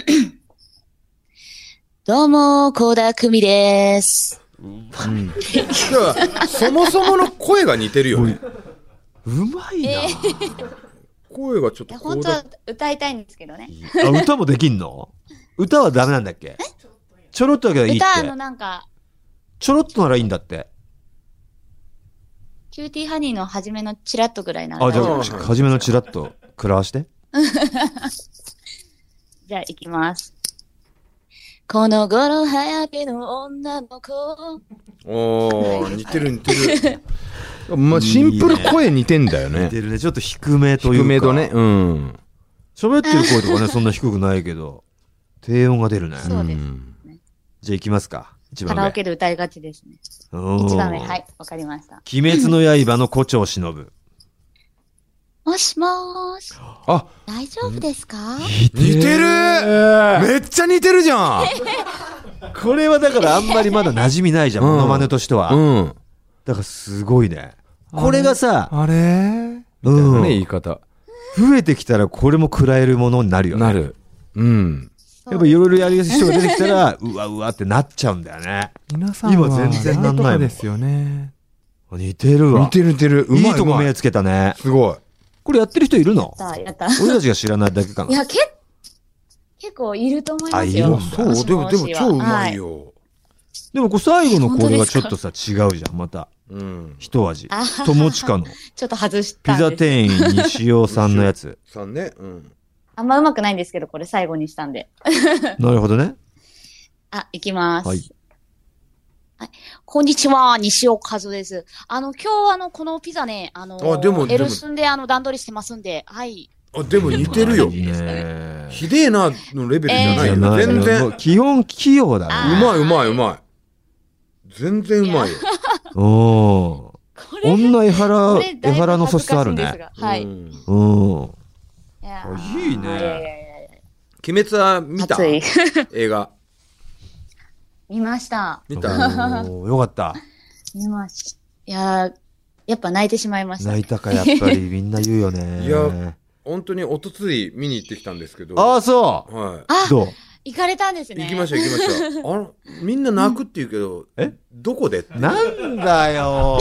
[SPEAKER 3] どうも、コ田久美です。
[SPEAKER 2] だからそもそもの声が似てるよね。
[SPEAKER 1] うまいな、
[SPEAKER 2] 声がちょっ
[SPEAKER 3] い
[SPEAKER 2] と
[SPEAKER 3] や、
[SPEAKER 2] こ
[SPEAKER 3] 本
[SPEAKER 2] う
[SPEAKER 3] 当は
[SPEAKER 2] だ。
[SPEAKER 3] 歌いたいんですけどね。
[SPEAKER 1] あ、歌もできんの歌はダメなんだっけちょろっとだけでいいって。
[SPEAKER 3] 歌、あの、なんか、
[SPEAKER 1] ちょろっとならいいんだって。
[SPEAKER 3] キューティーハニーの初めのチラッとぐらいなんで。
[SPEAKER 1] あ、じゃ
[SPEAKER 2] う
[SPEAKER 1] あ、
[SPEAKER 2] ん
[SPEAKER 1] 初めのチラッと食らわして。
[SPEAKER 3] じゃあ、いきます。この頃早くの女の子。
[SPEAKER 2] おー、似てる似てる。まあ、シンプル声似てんだよ
[SPEAKER 1] 似
[SPEAKER 2] ね。
[SPEAKER 1] てるね。ちょっと低めというか。
[SPEAKER 2] 低め度ね。。うん。
[SPEAKER 1] 喋ってる声とかね、そんな低くないけど、低音が出るね。
[SPEAKER 3] そうです
[SPEAKER 2] ん
[SPEAKER 1] じゃあ行きますか。一
[SPEAKER 3] カ
[SPEAKER 1] 番目。
[SPEAKER 3] ラオケで歌いがちですね。
[SPEAKER 1] うん
[SPEAKER 3] 一番目、はい、わかりました。
[SPEAKER 1] 鬼滅の刃の胡蝶忍。
[SPEAKER 3] もしもーし、
[SPEAKER 2] あ、
[SPEAKER 3] 大丈夫ですか
[SPEAKER 2] 似てるめっちゃ似てるじゃん
[SPEAKER 1] <laughs> これはだからあんまりまだ馴染みないじゃん、
[SPEAKER 2] うん
[SPEAKER 1] モノマネとしては。
[SPEAKER 2] うん。
[SPEAKER 1] だからすごいね。これがさ、
[SPEAKER 2] あれみたいな
[SPEAKER 1] うん
[SPEAKER 2] ね、言い方。
[SPEAKER 1] 増えてきたらこれも食らえるものになるよね。
[SPEAKER 2] なる。うん。
[SPEAKER 1] やっぱいろいろやりやすい人が出てきた
[SPEAKER 2] <laughs>
[SPEAKER 1] ら、うわうわってなっちゃうんだよね。
[SPEAKER 2] 皆
[SPEAKER 1] さんは今全然なんないもんなんとかです
[SPEAKER 2] よね。
[SPEAKER 1] 似てるわ。
[SPEAKER 2] 似てる似てる。うまい
[SPEAKER 1] いいとこ
[SPEAKER 2] うま
[SPEAKER 1] 目つけたね。
[SPEAKER 2] すごい。
[SPEAKER 1] これやってる人いるの
[SPEAKER 3] さあ、やった。
[SPEAKER 1] 俺たちが知らないだけか
[SPEAKER 3] い
[SPEAKER 1] な。
[SPEAKER 3] や、け、結構いると思います
[SPEAKER 1] あいる
[SPEAKER 3] よ。
[SPEAKER 1] んだ
[SPEAKER 2] そう、でも、でも超うまい
[SPEAKER 3] は。
[SPEAKER 2] よ。
[SPEAKER 1] でもこう最後のこれが
[SPEAKER 3] 本当です
[SPEAKER 1] ちょ
[SPEAKER 3] か
[SPEAKER 1] っとさ、違うじゃん、また。
[SPEAKER 2] うん。
[SPEAKER 1] 一味
[SPEAKER 3] あ。
[SPEAKER 1] 友近の
[SPEAKER 3] ちょっと外した
[SPEAKER 1] ピザ
[SPEAKER 3] んです。
[SPEAKER 1] 店員西尾さんのや
[SPEAKER 3] <laughs>
[SPEAKER 1] つ。
[SPEAKER 2] さんね。うん。
[SPEAKER 3] あんまうまくないんですけど、これ最後にしたんで。
[SPEAKER 1] なるほどね。
[SPEAKER 3] あ、いきます。
[SPEAKER 1] は
[SPEAKER 3] はいい。こんにちは、西尾和夫です。あの、今日あの、このピザね、あの、
[SPEAKER 2] あでもでも
[SPEAKER 3] エルスンであの、段取りしてますんで、はい。
[SPEAKER 2] あ、でも似てるよ
[SPEAKER 1] い。いね。
[SPEAKER 2] ひでえなのレベルじゃない
[SPEAKER 1] じゃ
[SPEAKER 2] よ。
[SPEAKER 1] ない
[SPEAKER 2] 全然。
[SPEAKER 1] も
[SPEAKER 2] う
[SPEAKER 1] う基本器用だ
[SPEAKER 3] あ
[SPEAKER 1] ね。
[SPEAKER 2] まいうまいうまい。全然うまいよ。
[SPEAKER 1] うん。
[SPEAKER 3] これ、
[SPEAKER 1] 女江原
[SPEAKER 3] これ、だ
[SPEAKER 1] 江
[SPEAKER 3] いぶ
[SPEAKER 1] 原の素
[SPEAKER 3] 恥ず
[SPEAKER 1] 質あ
[SPEAKER 3] かしい
[SPEAKER 1] る
[SPEAKER 3] んです
[SPEAKER 1] ね。
[SPEAKER 3] が。はい。
[SPEAKER 2] う
[SPEAKER 3] い
[SPEAKER 2] ん
[SPEAKER 1] うん。鬼
[SPEAKER 3] や
[SPEAKER 1] あ
[SPEAKER 3] ー
[SPEAKER 1] いいね
[SPEAKER 3] やややいや
[SPEAKER 2] 鬼滅は見た
[SPEAKER 3] 熱い
[SPEAKER 2] <laughs> 映画。
[SPEAKER 3] 見ました。
[SPEAKER 2] 見た <laughs>
[SPEAKER 1] よかった。
[SPEAKER 3] 見ました。いやーやっぱ泣いてしまいました。
[SPEAKER 1] 泣いたか、やっぱりみんな言うよね。
[SPEAKER 2] いや本当におとつい見に行ってきたんですけど。
[SPEAKER 1] あ
[SPEAKER 2] は
[SPEAKER 1] あ、そう。
[SPEAKER 2] い。
[SPEAKER 3] あ、
[SPEAKER 1] どう
[SPEAKER 3] 行かれたんですね。
[SPEAKER 2] 行きました行きました。あ <laughs> ら、みんな泣くって言うけど、
[SPEAKER 1] え
[SPEAKER 2] どこでって
[SPEAKER 1] なんだよ。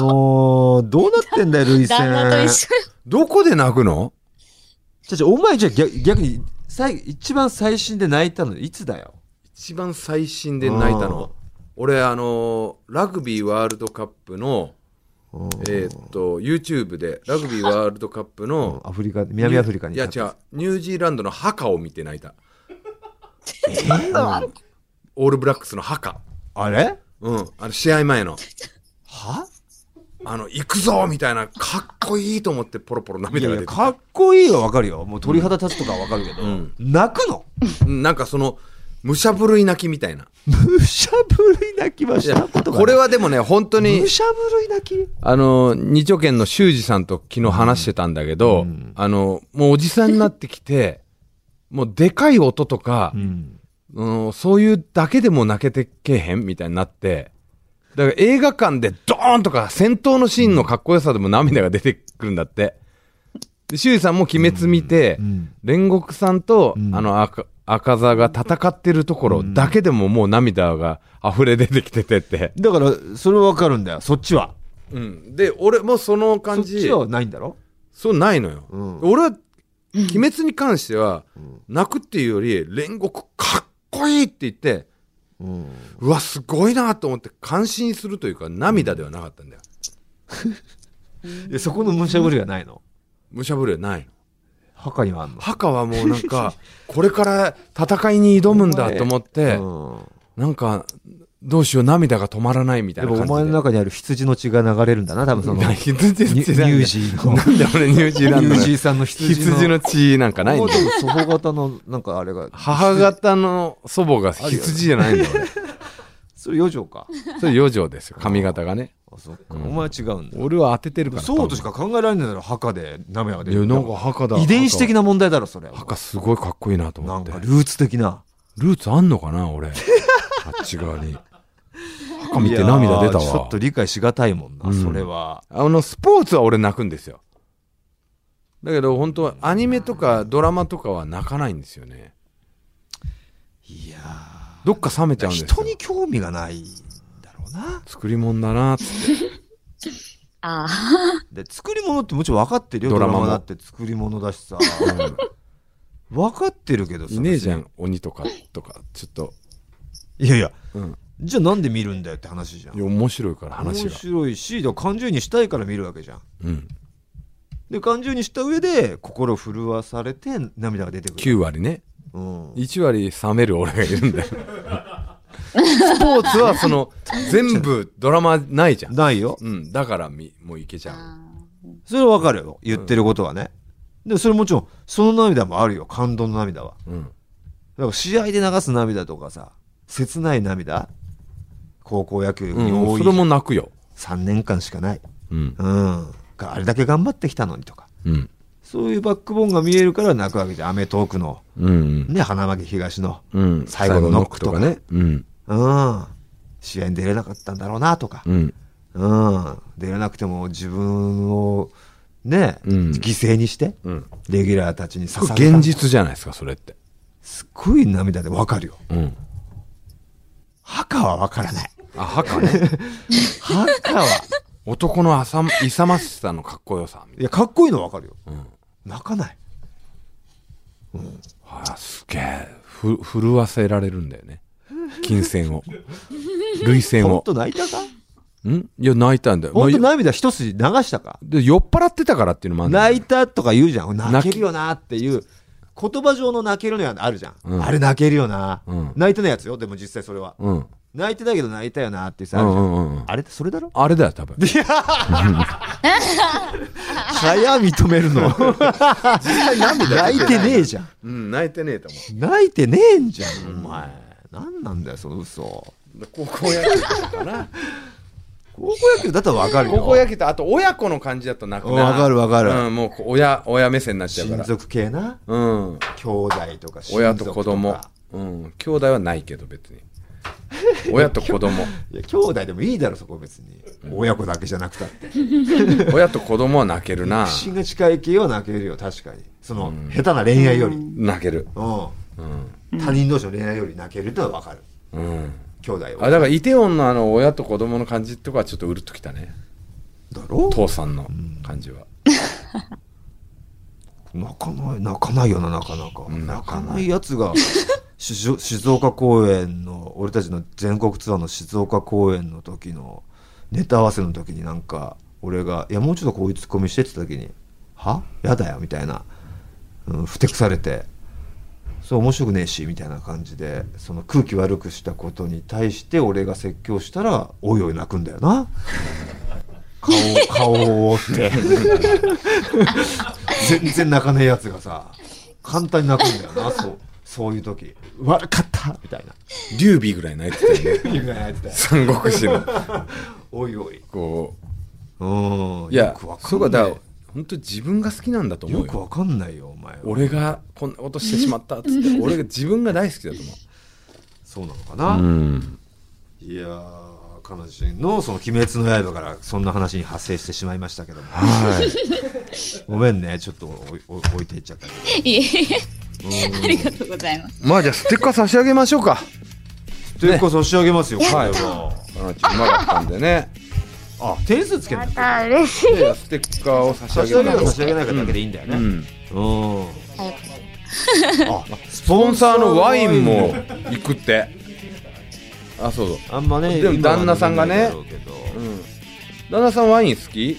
[SPEAKER 1] もう、どうなってんだよ、ルイセン。
[SPEAKER 3] 旦那と一緒。
[SPEAKER 2] どこで泣くの
[SPEAKER 1] ちょちょ、お前じゃあ逆逆に、最、一番最新で泣いたの、いつだよ。
[SPEAKER 2] 一番最新で泣いたの。俺、あのーラグビーワールドカップの、
[SPEAKER 1] うん
[SPEAKER 2] えーっと、YouTube で、ラグビーワールドカップの、
[SPEAKER 1] アフリカ、南アフリカに。
[SPEAKER 2] いや違う、ニュージーランドのハカを見て泣いた。うんオールブラックスのハカ。
[SPEAKER 1] あれ
[SPEAKER 2] うん、あの試合前の、
[SPEAKER 1] は
[SPEAKER 2] あの、行くぞみたいな、かっこいいと思ってポロポロ
[SPEAKER 1] い
[SPEAKER 2] 涙
[SPEAKER 1] や
[SPEAKER 2] が
[SPEAKER 1] いや、
[SPEAKER 2] 出てた
[SPEAKER 1] かっこいいはわかるよ。もう鳥肌立つとかはわかるけど、
[SPEAKER 2] うん
[SPEAKER 1] 泣くの <laughs>
[SPEAKER 2] うんなんかその、武者震い泣きみたいな。
[SPEAKER 1] 武者震い泣きはしたことがない
[SPEAKER 2] これはでもね、本当に
[SPEAKER 1] 武、者震い泣き
[SPEAKER 2] あの、二丁拳の修二さんと昨日話してたんだけど、
[SPEAKER 1] うん
[SPEAKER 2] あの、もうおじさんになってきて、 <laughs> もうでかい音とか、
[SPEAKER 1] うん。
[SPEAKER 2] あのそういうだけでも泣けてけえへんみたいになって、だから映画館でドーンとか戦闘のシーンのかっこよさでも涙が出てくるんだって。で、修二さんも鬼滅見て、
[SPEAKER 1] うん。
[SPEAKER 2] 煉獄さんと、
[SPEAKER 1] うん
[SPEAKER 2] あの赤赤座が戦ってるところだけでももう涙が溢れ出てきててって、
[SPEAKER 1] だから、それはわかるんだよ。そっちは。
[SPEAKER 2] うん、で俺もその感
[SPEAKER 1] そっ
[SPEAKER 2] じ
[SPEAKER 1] ちはないんだろ
[SPEAKER 2] そうないのよ、
[SPEAKER 1] うん
[SPEAKER 2] 俺は鬼滅に関しては、泣くっていうより煉獄かっこいいって言って
[SPEAKER 1] うん。
[SPEAKER 2] うわすごいなと思って感心するというか涙ではなかったんだよ
[SPEAKER 1] えそこの武者震いはないの
[SPEAKER 2] 武者震いはないの
[SPEAKER 1] 墓にはあんの
[SPEAKER 2] 墓はもうなんか <laughs> これから戦いに挑むんだと思って、
[SPEAKER 1] うん
[SPEAKER 2] なんかどうしよう涙が止まらないみたい
[SPEAKER 1] で
[SPEAKER 2] な感
[SPEAKER 1] も
[SPEAKER 2] じ
[SPEAKER 1] お
[SPEAKER 2] で
[SPEAKER 1] 前の中にある羊の血が流れるんだな、多分その。
[SPEAKER 2] な
[SPEAKER 1] ニュ
[SPEAKER 2] <laughs> 羊
[SPEAKER 1] ニュ
[SPEAKER 2] 血なんだ
[SPEAKER 1] ージーの。
[SPEAKER 2] なんで俺ニュージーラン
[SPEAKER 1] ニ
[SPEAKER 2] ド
[SPEAKER 1] ュ
[SPEAKER 2] の
[SPEAKER 1] ージーさんの羊の。
[SPEAKER 2] 羊の血なんかない
[SPEAKER 1] <laughs>
[SPEAKER 2] んだよ
[SPEAKER 1] 祖母型の、なんかあれが。
[SPEAKER 2] 母方の祖母が羊じゃないんだよ俺
[SPEAKER 1] それ4畳か。
[SPEAKER 2] それ4畳ですよ髪型がね
[SPEAKER 1] あ、そっか。お
[SPEAKER 2] う
[SPEAKER 1] 前
[SPEAKER 2] ん
[SPEAKER 1] は違うんだ。
[SPEAKER 2] 俺は当ててるから
[SPEAKER 1] そうとしか考えられないだろ、墓で涙が出
[SPEAKER 2] いや
[SPEAKER 1] る。
[SPEAKER 2] なんか墓だ
[SPEAKER 1] 遺伝子的
[SPEAKER 2] な
[SPEAKER 1] な問題だろ、それ。
[SPEAKER 2] 墓すごいかっこいいなと
[SPEAKER 1] な
[SPEAKER 2] 思
[SPEAKER 1] ん
[SPEAKER 2] って
[SPEAKER 1] かルーツ的な。
[SPEAKER 2] ルーツあんのかな
[SPEAKER 1] <laughs>
[SPEAKER 2] 俺あっち側に墓見て涙出た
[SPEAKER 1] いやーちょ
[SPEAKER 2] わ
[SPEAKER 1] っと理解しがたいもんな、
[SPEAKER 2] うん
[SPEAKER 1] それは。
[SPEAKER 2] あのスポーツは俺泣くんですよだけど本当はアニメとかドラマとかは泣かないんですよね
[SPEAKER 1] いや
[SPEAKER 2] どっか冷めちゃ
[SPEAKER 1] ー
[SPEAKER 2] うんですよ
[SPEAKER 1] 人に興味がないんだろうな。
[SPEAKER 2] 作り物だなっつって
[SPEAKER 3] あ
[SPEAKER 1] で作り物ってもちろん分かってるよ
[SPEAKER 2] ド
[SPEAKER 1] ド
[SPEAKER 2] ラ
[SPEAKER 1] ラ
[SPEAKER 2] マも
[SPEAKER 1] マだって作り物だしさ分かってるけどさ
[SPEAKER 2] いねえじゃん鬼とかとかちょっと、
[SPEAKER 1] いやいや
[SPEAKER 2] うん、
[SPEAKER 1] じゃあなんで見るんだよって話じゃ
[SPEAKER 2] い
[SPEAKER 1] ん
[SPEAKER 2] や面白いから話
[SPEAKER 1] 面
[SPEAKER 2] が、
[SPEAKER 1] 白いしだから感情移入したいから見るわけじゃん
[SPEAKER 2] うん、
[SPEAKER 1] で感情移入した上で心震わされて涙が出てくる、
[SPEAKER 2] 9割ね
[SPEAKER 1] うん、
[SPEAKER 2] 1割冷める俺がいるんだよスポーツはその全部ドラマないじゃん、
[SPEAKER 1] ないよ
[SPEAKER 2] うん、だからみもういけち
[SPEAKER 3] あ
[SPEAKER 2] ゃう
[SPEAKER 1] それは分かるよ言ってることはね、でもそれもちろんその涙もあるよ感動の涙は
[SPEAKER 2] うん
[SPEAKER 1] だから試合で流す涙とかさ切ない涙高校野球に
[SPEAKER 2] うん
[SPEAKER 1] 多い、
[SPEAKER 2] それも泣くよ
[SPEAKER 1] 3年間しかない
[SPEAKER 2] うん
[SPEAKER 1] うん、あれだけ頑張ってきたのにとか
[SPEAKER 2] うん
[SPEAKER 1] そういうバックボーンが見えるから泣くわけじゃんアメトークの、
[SPEAKER 2] うん
[SPEAKER 1] ね、花巻東の、
[SPEAKER 2] うん
[SPEAKER 1] 最後のノックとか
[SPEAKER 2] ねうん
[SPEAKER 1] うん、試合に出れなかったんだろうなとか、
[SPEAKER 2] うん
[SPEAKER 1] うん、出れなくても自分を、ね
[SPEAKER 2] うん
[SPEAKER 1] 犠牲にして
[SPEAKER 2] うん
[SPEAKER 1] レギュラーたちに
[SPEAKER 2] す
[SPEAKER 1] 捧
[SPEAKER 2] ご
[SPEAKER 1] げ
[SPEAKER 2] い
[SPEAKER 1] た
[SPEAKER 2] 現実じゃないですかそれって
[SPEAKER 1] すっごい涙でわかるよ
[SPEAKER 2] うん
[SPEAKER 1] 墓はわからない
[SPEAKER 2] あ墓ね
[SPEAKER 1] 墓は
[SPEAKER 2] <laughs> 男のあさ勇ましさのかっこよさみ
[SPEAKER 1] いやかっこいいのはわかるよ
[SPEAKER 2] たいな、うん
[SPEAKER 1] 泣かない
[SPEAKER 2] あすげえふ震わせられるんだよね金銭
[SPEAKER 1] <laughs>
[SPEAKER 2] を涙腺
[SPEAKER 1] 本
[SPEAKER 2] を
[SPEAKER 1] 当泣いたか
[SPEAKER 2] んいや泣いたんだよ、まあ
[SPEAKER 1] 本当涙一筋流したか
[SPEAKER 2] で酔っ払ってたからっていうのもあるんだよ
[SPEAKER 1] 泣いたとか言うじゃん泣けるよなっていう言葉上の泣けるのはあるじゃん、
[SPEAKER 2] うん
[SPEAKER 1] あれ泣けるよな、
[SPEAKER 2] うん
[SPEAKER 1] 泣いてないやつよでも実際それは、
[SPEAKER 2] うん
[SPEAKER 1] 泣いてないけど泣いたよなって
[SPEAKER 2] う
[SPEAKER 1] さ、ある
[SPEAKER 2] ん
[SPEAKER 1] じ
[SPEAKER 2] う
[SPEAKER 1] ゃん
[SPEAKER 2] んうんうん
[SPEAKER 1] あれってそれ
[SPEAKER 2] <laughs>
[SPEAKER 1] だろ
[SPEAKER 2] あれだよ多分
[SPEAKER 1] 早認める
[SPEAKER 2] <laughs>
[SPEAKER 1] の泣いてねえじゃん
[SPEAKER 2] うん泣いてねえと思
[SPEAKER 1] 泣いてねえんじゃんお前何なんだよその嘘
[SPEAKER 2] う高校野球かな
[SPEAKER 1] 高校野球だったらわかるよ
[SPEAKER 2] 高校野球とあと親子の感じだと泣くな
[SPEAKER 1] わかるわかる
[SPEAKER 2] うん、もうこう親親目線になっちゃうか
[SPEAKER 1] 親
[SPEAKER 2] ら
[SPEAKER 1] 族系な
[SPEAKER 2] うん
[SPEAKER 1] 兄弟とか親族
[SPEAKER 2] 親と子供
[SPEAKER 1] か
[SPEAKER 2] うん兄弟はないけど別に親と子供
[SPEAKER 1] いや兄弟でもいいだろそこ別に親子だけじゃなくたって
[SPEAKER 2] 親と子供は泣けるな
[SPEAKER 1] 不審が近い系は泣けるよ確かにその、下手な恋愛より、
[SPEAKER 2] 泣ける
[SPEAKER 1] う
[SPEAKER 2] うん、
[SPEAKER 1] ん、他人同士の恋愛より泣けるってのは分かる
[SPEAKER 2] うん、
[SPEAKER 1] 兄弟
[SPEAKER 2] あ
[SPEAKER 1] は
[SPEAKER 2] だからイテウォンのあの親と子供の感じとかはちょっとうるっときたね
[SPEAKER 1] だろ
[SPEAKER 2] 父さんの感じは
[SPEAKER 1] 泣かない泣かないよななかなか、
[SPEAKER 2] うん
[SPEAKER 1] 泣かないやつ <laughs> が静静岡公演の俺たちの全国ツアーの静岡公演の時のネタ合わせの時になんか俺が「いやもうちょっとこういうツッコミして」って言った時に「はやだよ」みたいな、うん、ふてくされて「そう面白くねえし」みたいな感じでその空気悪くしたことに対して俺が説教したら「おいおい泣くんだよな」顔顔を覆って。全然泣かねえやつがさ簡単に泣くんだよなそうそういう時悪かったみたいな
[SPEAKER 2] 劉備ぐらい泣いてたよね
[SPEAKER 1] いうぐらい泣いてたよ
[SPEAKER 2] 三国志の
[SPEAKER 1] おいおい
[SPEAKER 2] こ
[SPEAKER 1] うん
[SPEAKER 2] ういや
[SPEAKER 1] よくわか
[SPEAKER 2] そ
[SPEAKER 1] ん
[SPEAKER 2] うか
[SPEAKER 1] な
[SPEAKER 2] だ
[SPEAKER 1] い
[SPEAKER 2] から本当に自分が好きなんだと思
[SPEAKER 1] よ
[SPEAKER 2] う
[SPEAKER 1] く
[SPEAKER 2] よ
[SPEAKER 1] わかんないよお前は
[SPEAKER 2] 俺がこんなことしてしまったっつって俺が自分が大好きだと
[SPEAKER 1] そうなのかな、
[SPEAKER 2] 思ううん
[SPEAKER 1] いやー彼女自身の「その鬼滅の刃」からそんな話に発生してしまいましたけども <laughs> ごめんねちょっとおいおい置いていっちゃったけど
[SPEAKER 3] いえ、ありがとうございます。
[SPEAKER 2] まあじゃあステッカー差し上げましょうか
[SPEAKER 1] というか差し上げますよ、
[SPEAKER 2] は
[SPEAKER 1] はいい
[SPEAKER 2] まあちょっとうまかったんで <laughs> ね
[SPEAKER 1] あ点数つけない
[SPEAKER 3] あ、嬉しい。
[SPEAKER 2] いやステッカーを差し
[SPEAKER 1] 差
[SPEAKER 2] 上
[SPEAKER 1] し上げ
[SPEAKER 2] げま
[SPEAKER 1] るか差
[SPEAKER 2] し
[SPEAKER 1] し上げないかだけでいいんだよね
[SPEAKER 2] ょう、うん
[SPEAKER 1] うん、あス
[SPEAKER 2] スポンサーのワインも行くってあそうそう
[SPEAKER 1] あんまね
[SPEAKER 2] でも旦那さんがね
[SPEAKER 1] 今は飲めないだろうけど
[SPEAKER 2] うん旦那さんワイン好き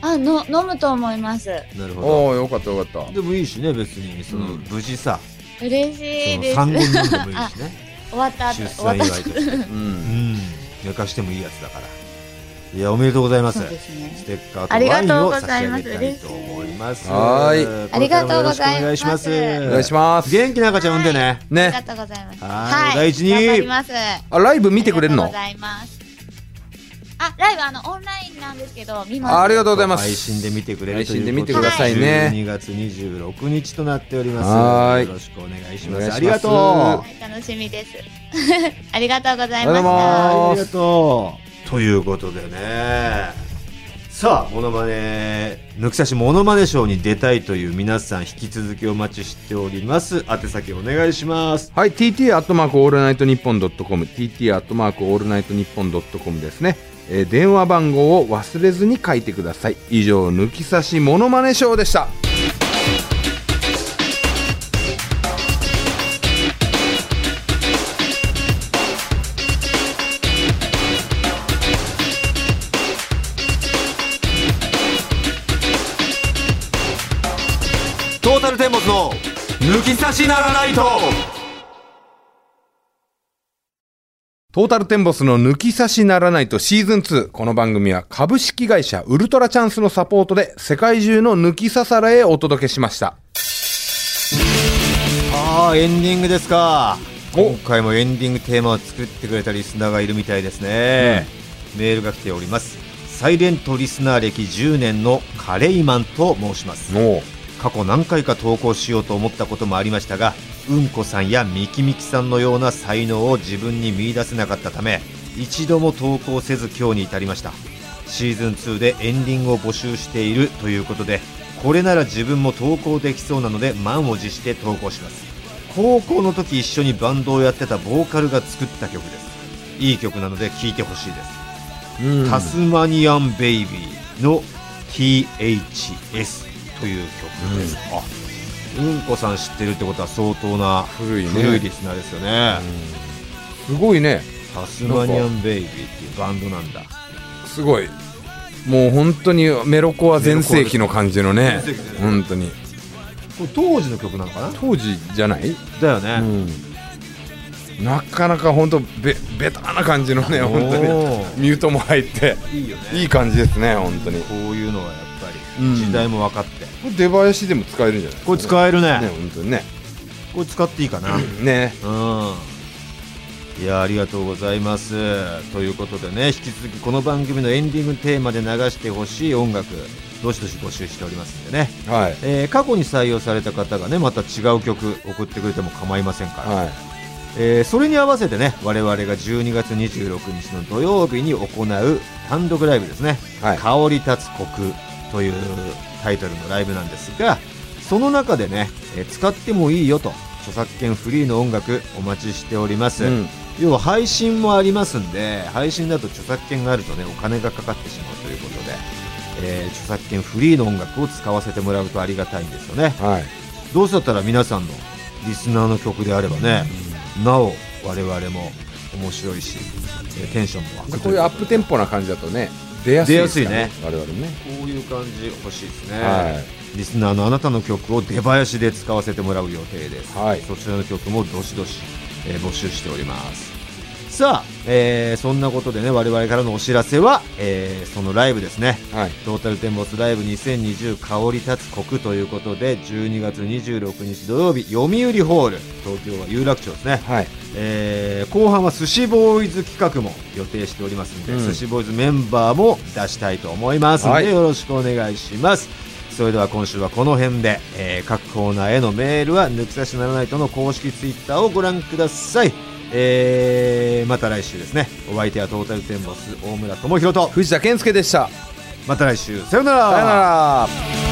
[SPEAKER 3] あ、の、飲むと思います。
[SPEAKER 1] なるほ
[SPEAKER 2] おおよかったよかっ
[SPEAKER 1] どでもいいしね別にその、
[SPEAKER 2] うん
[SPEAKER 1] 無事さ
[SPEAKER 3] 嬉し
[SPEAKER 1] そ
[SPEAKER 3] い
[SPEAKER 1] の
[SPEAKER 3] です。
[SPEAKER 1] 産後に飲んでもいい
[SPEAKER 3] あ
[SPEAKER 1] しね
[SPEAKER 3] 終わった後、
[SPEAKER 1] 出
[SPEAKER 3] 終わ
[SPEAKER 1] 産
[SPEAKER 3] っ
[SPEAKER 1] 祝
[SPEAKER 3] た
[SPEAKER 1] いと
[SPEAKER 3] 後。
[SPEAKER 1] して
[SPEAKER 2] たうん
[SPEAKER 1] うん寝かしてもいいやつだからいやおめでとうございます
[SPEAKER 3] そうですね
[SPEAKER 1] ステッカーとワインを差し上げたいと思います
[SPEAKER 2] ありがとうございます嬉しいは
[SPEAKER 3] ありがとう
[SPEAKER 1] これからもよろ
[SPEAKER 3] ございます
[SPEAKER 1] しくお願いします
[SPEAKER 2] お願いします
[SPEAKER 1] 元気な赤ちゃん産んでね
[SPEAKER 3] あり
[SPEAKER 2] ね
[SPEAKER 3] がとうございます。
[SPEAKER 1] はい第一に
[SPEAKER 3] 頑張ります。
[SPEAKER 2] あライブ見てくれる
[SPEAKER 3] あ
[SPEAKER 2] の
[SPEAKER 3] りがとうございます。あ、ライブあのオンラインなんですけど見ます。
[SPEAKER 2] あありがとうございます
[SPEAKER 1] 配信で見てくれるということ
[SPEAKER 2] 配信で見てくださいね
[SPEAKER 1] 12月26日となっております
[SPEAKER 2] はい
[SPEAKER 1] よろしくお願いし
[SPEAKER 2] お
[SPEAKER 1] ま
[SPEAKER 2] 願い
[SPEAKER 1] す
[SPEAKER 2] します
[SPEAKER 1] ありがと
[SPEAKER 3] はい、楽しみです。 <laughs> ありがとうござ
[SPEAKER 2] あり
[SPEAKER 3] い
[SPEAKER 2] がとうござ
[SPEAKER 3] ま
[SPEAKER 2] い
[SPEAKER 3] し
[SPEAKER 2] ます
[SPEAKER 3] た。
[SPEAKER 1] うありがとうということでねさあモノマネ抜き差しモノマネショーに出たいという皆さん引き続きお待ちしております宛先お願いします
[SPEAKER 2] はい TT アットマークオールナイトニッポンドットコム TT アットマークオールナイトニッポンドットコムですね、えー電話番号を忘れずに書いてください以上抜き差しモノマネショーでした
[SPEAKER 1] トータルテンボスの抜き差しならないと
[SPEAKER 2] トータルテンボスの抜き差しならないとシーズン2。この番組は株式会社ウルトラチャンスのサポートで世界中の抜き差されへお届けしました。
[SPEAKER 1] ああエンディングですか
[SPEAKER 2] お
[SPEAKER 1] 今回もエンディングテーマを作ってくれたリスナーがいるみたいですね、メールが来ておりますサイレントリスナー歴10年のカレイマンと申します
[SPEAKER 2] も
[SPEAKER 1] 過去何回か投稿しようと思ったこともありましたがうんこさんやみきみきさんのような才能を自分に見出せなかったため一度も投稿せず今日に至りましたシーズン2でエンディングを募集しているということでこれなら自分も投稿できそうなので満を持して投稿します高校の時一緒にバンドをやってたボーカルが作った曲ですいい曲なので聴いてほしいです
[SPEAKER 2] う、うん
[SPEAKER 1] タスマニアンベイビーの THS という曲です、あうんこさん知ってるってことは相当な
[SPEAKER 2] 古いね
[SPEAKER 1] 古いリスナーですよね、
[SPEAKER 2] すごいね。
[SPEAKER 1] タスマニアンベイビーっていうバンドなんだ
[SPEAKER 2] すごい。もう本当にメロコは全盛期の感じのね
[SPEAKER 1] メロコです。
[SPEAKER 2] 本当に。
[SPEAKER 1] これ当時の曲なのかな
[SPEAKER 2] 当時じゃない、
[SPEAKER 1] だよね、
[SPEAKER 2] なかなか本当ベ、ベタな感じのね、本当に
[SPEAKER 1] おー。
[SPEAKER 2] ミュートも入って、
[SPEAKER 1] いいよね
[SPEAKER 2] いい感じですね、本当に。こ
[SPEAKER 1] こういうのはやっぱ
[SPEAKER 2] うん
[SPEAKER 1] り時代も分かって、
[SPEAKER 2] れ出囃子でも使えるんじゃない
[SPEAKER 1] これ使えるね
[SPEAKER 2] ね、本当にね。
[SPEAKER 1] これ使っていいかな、
[SPEAKER 2] ね。
[SPEAKER 1] うん。いやありがとうございますということでね引き続きこの番組のエンディングテーマで流してほしい音楽どしどし募集しておりますんでね、
[SPEAKER 2] はい。
[SPEAKER 1] えー過去に採用された方がねまた違う曲送ってくれても構いませんから、
[SPEAKER 2] はい。
[SPEAKER 1] えーそれに合わせてね我々が12月26日の土曜日に行う単独ライブですね「
[SPEAKER 2] はい
[SPEAKER 1] 香り立つ国」というタイトルのライブなんですがその中でね、えー使ってもいいよと著作権フリーの音楽お待ちしております、
[SPEAKER 2] うん
[SPEAKER 1] 要は配信もありますんで配信だと著作権があるとねお金がかかってしまうということで、えー著作権フリーの音楽を使わせてもらうとありがたいんですよね
[SPEAKER 2] はい。
[SPEAKER 1] どうせだったら皆さんのリスナーの曲であればね、なお我々も面白いし、えーテンションも上がる
[SPEAKER 2] こういうアップテンポな感じだとね、出やすいですから
[SPEAKER 1] 出やす
[SPEAKER 2] 我々ね。
[SPEAKER 1] こういう感じ欲しいですね、
[SPEAKER 2] は
[SPEAKER 1] リスナーのあなたの曲を出囃子で使わせてもらう予定です、
[SPEAKER 2] はい
[SPEAKER 1] そちらの曲もどしどし、えー募集しておりますさあ、えーそんなことでね、我々からのお知らせは、えーそのライブですね。
[SPEAKER 2] はい。
[SPEAKER 1] トータルテンボスライブ2020香り立つ国ということで、12月26日土曜日、読売ホール、東京は有楽町ですね。
[SPEAKER 2] はい。
[SPEAKER 1] えー後半は寿司ボーイズ企画も予定しておりますので、
[SPEAKER 2] うん
[SPEAKER 1] 寿司ボーイズメンバーも出したいと思いますので、
[SPEAKER 2] はい
[SPEAKER 1] よろしくお願いしますそれでは今週はこの辺で、えー各コーナーへのメールは抜き差しならないとの公式ツイッターをご覧ください、えーまた来週ですねお相手はトータルテンボス大村智広と
[SPEAKER 2] 藤田健介でした。
[SPEAKER 1] また来週さよう
[SPEAKER 2] さよなら。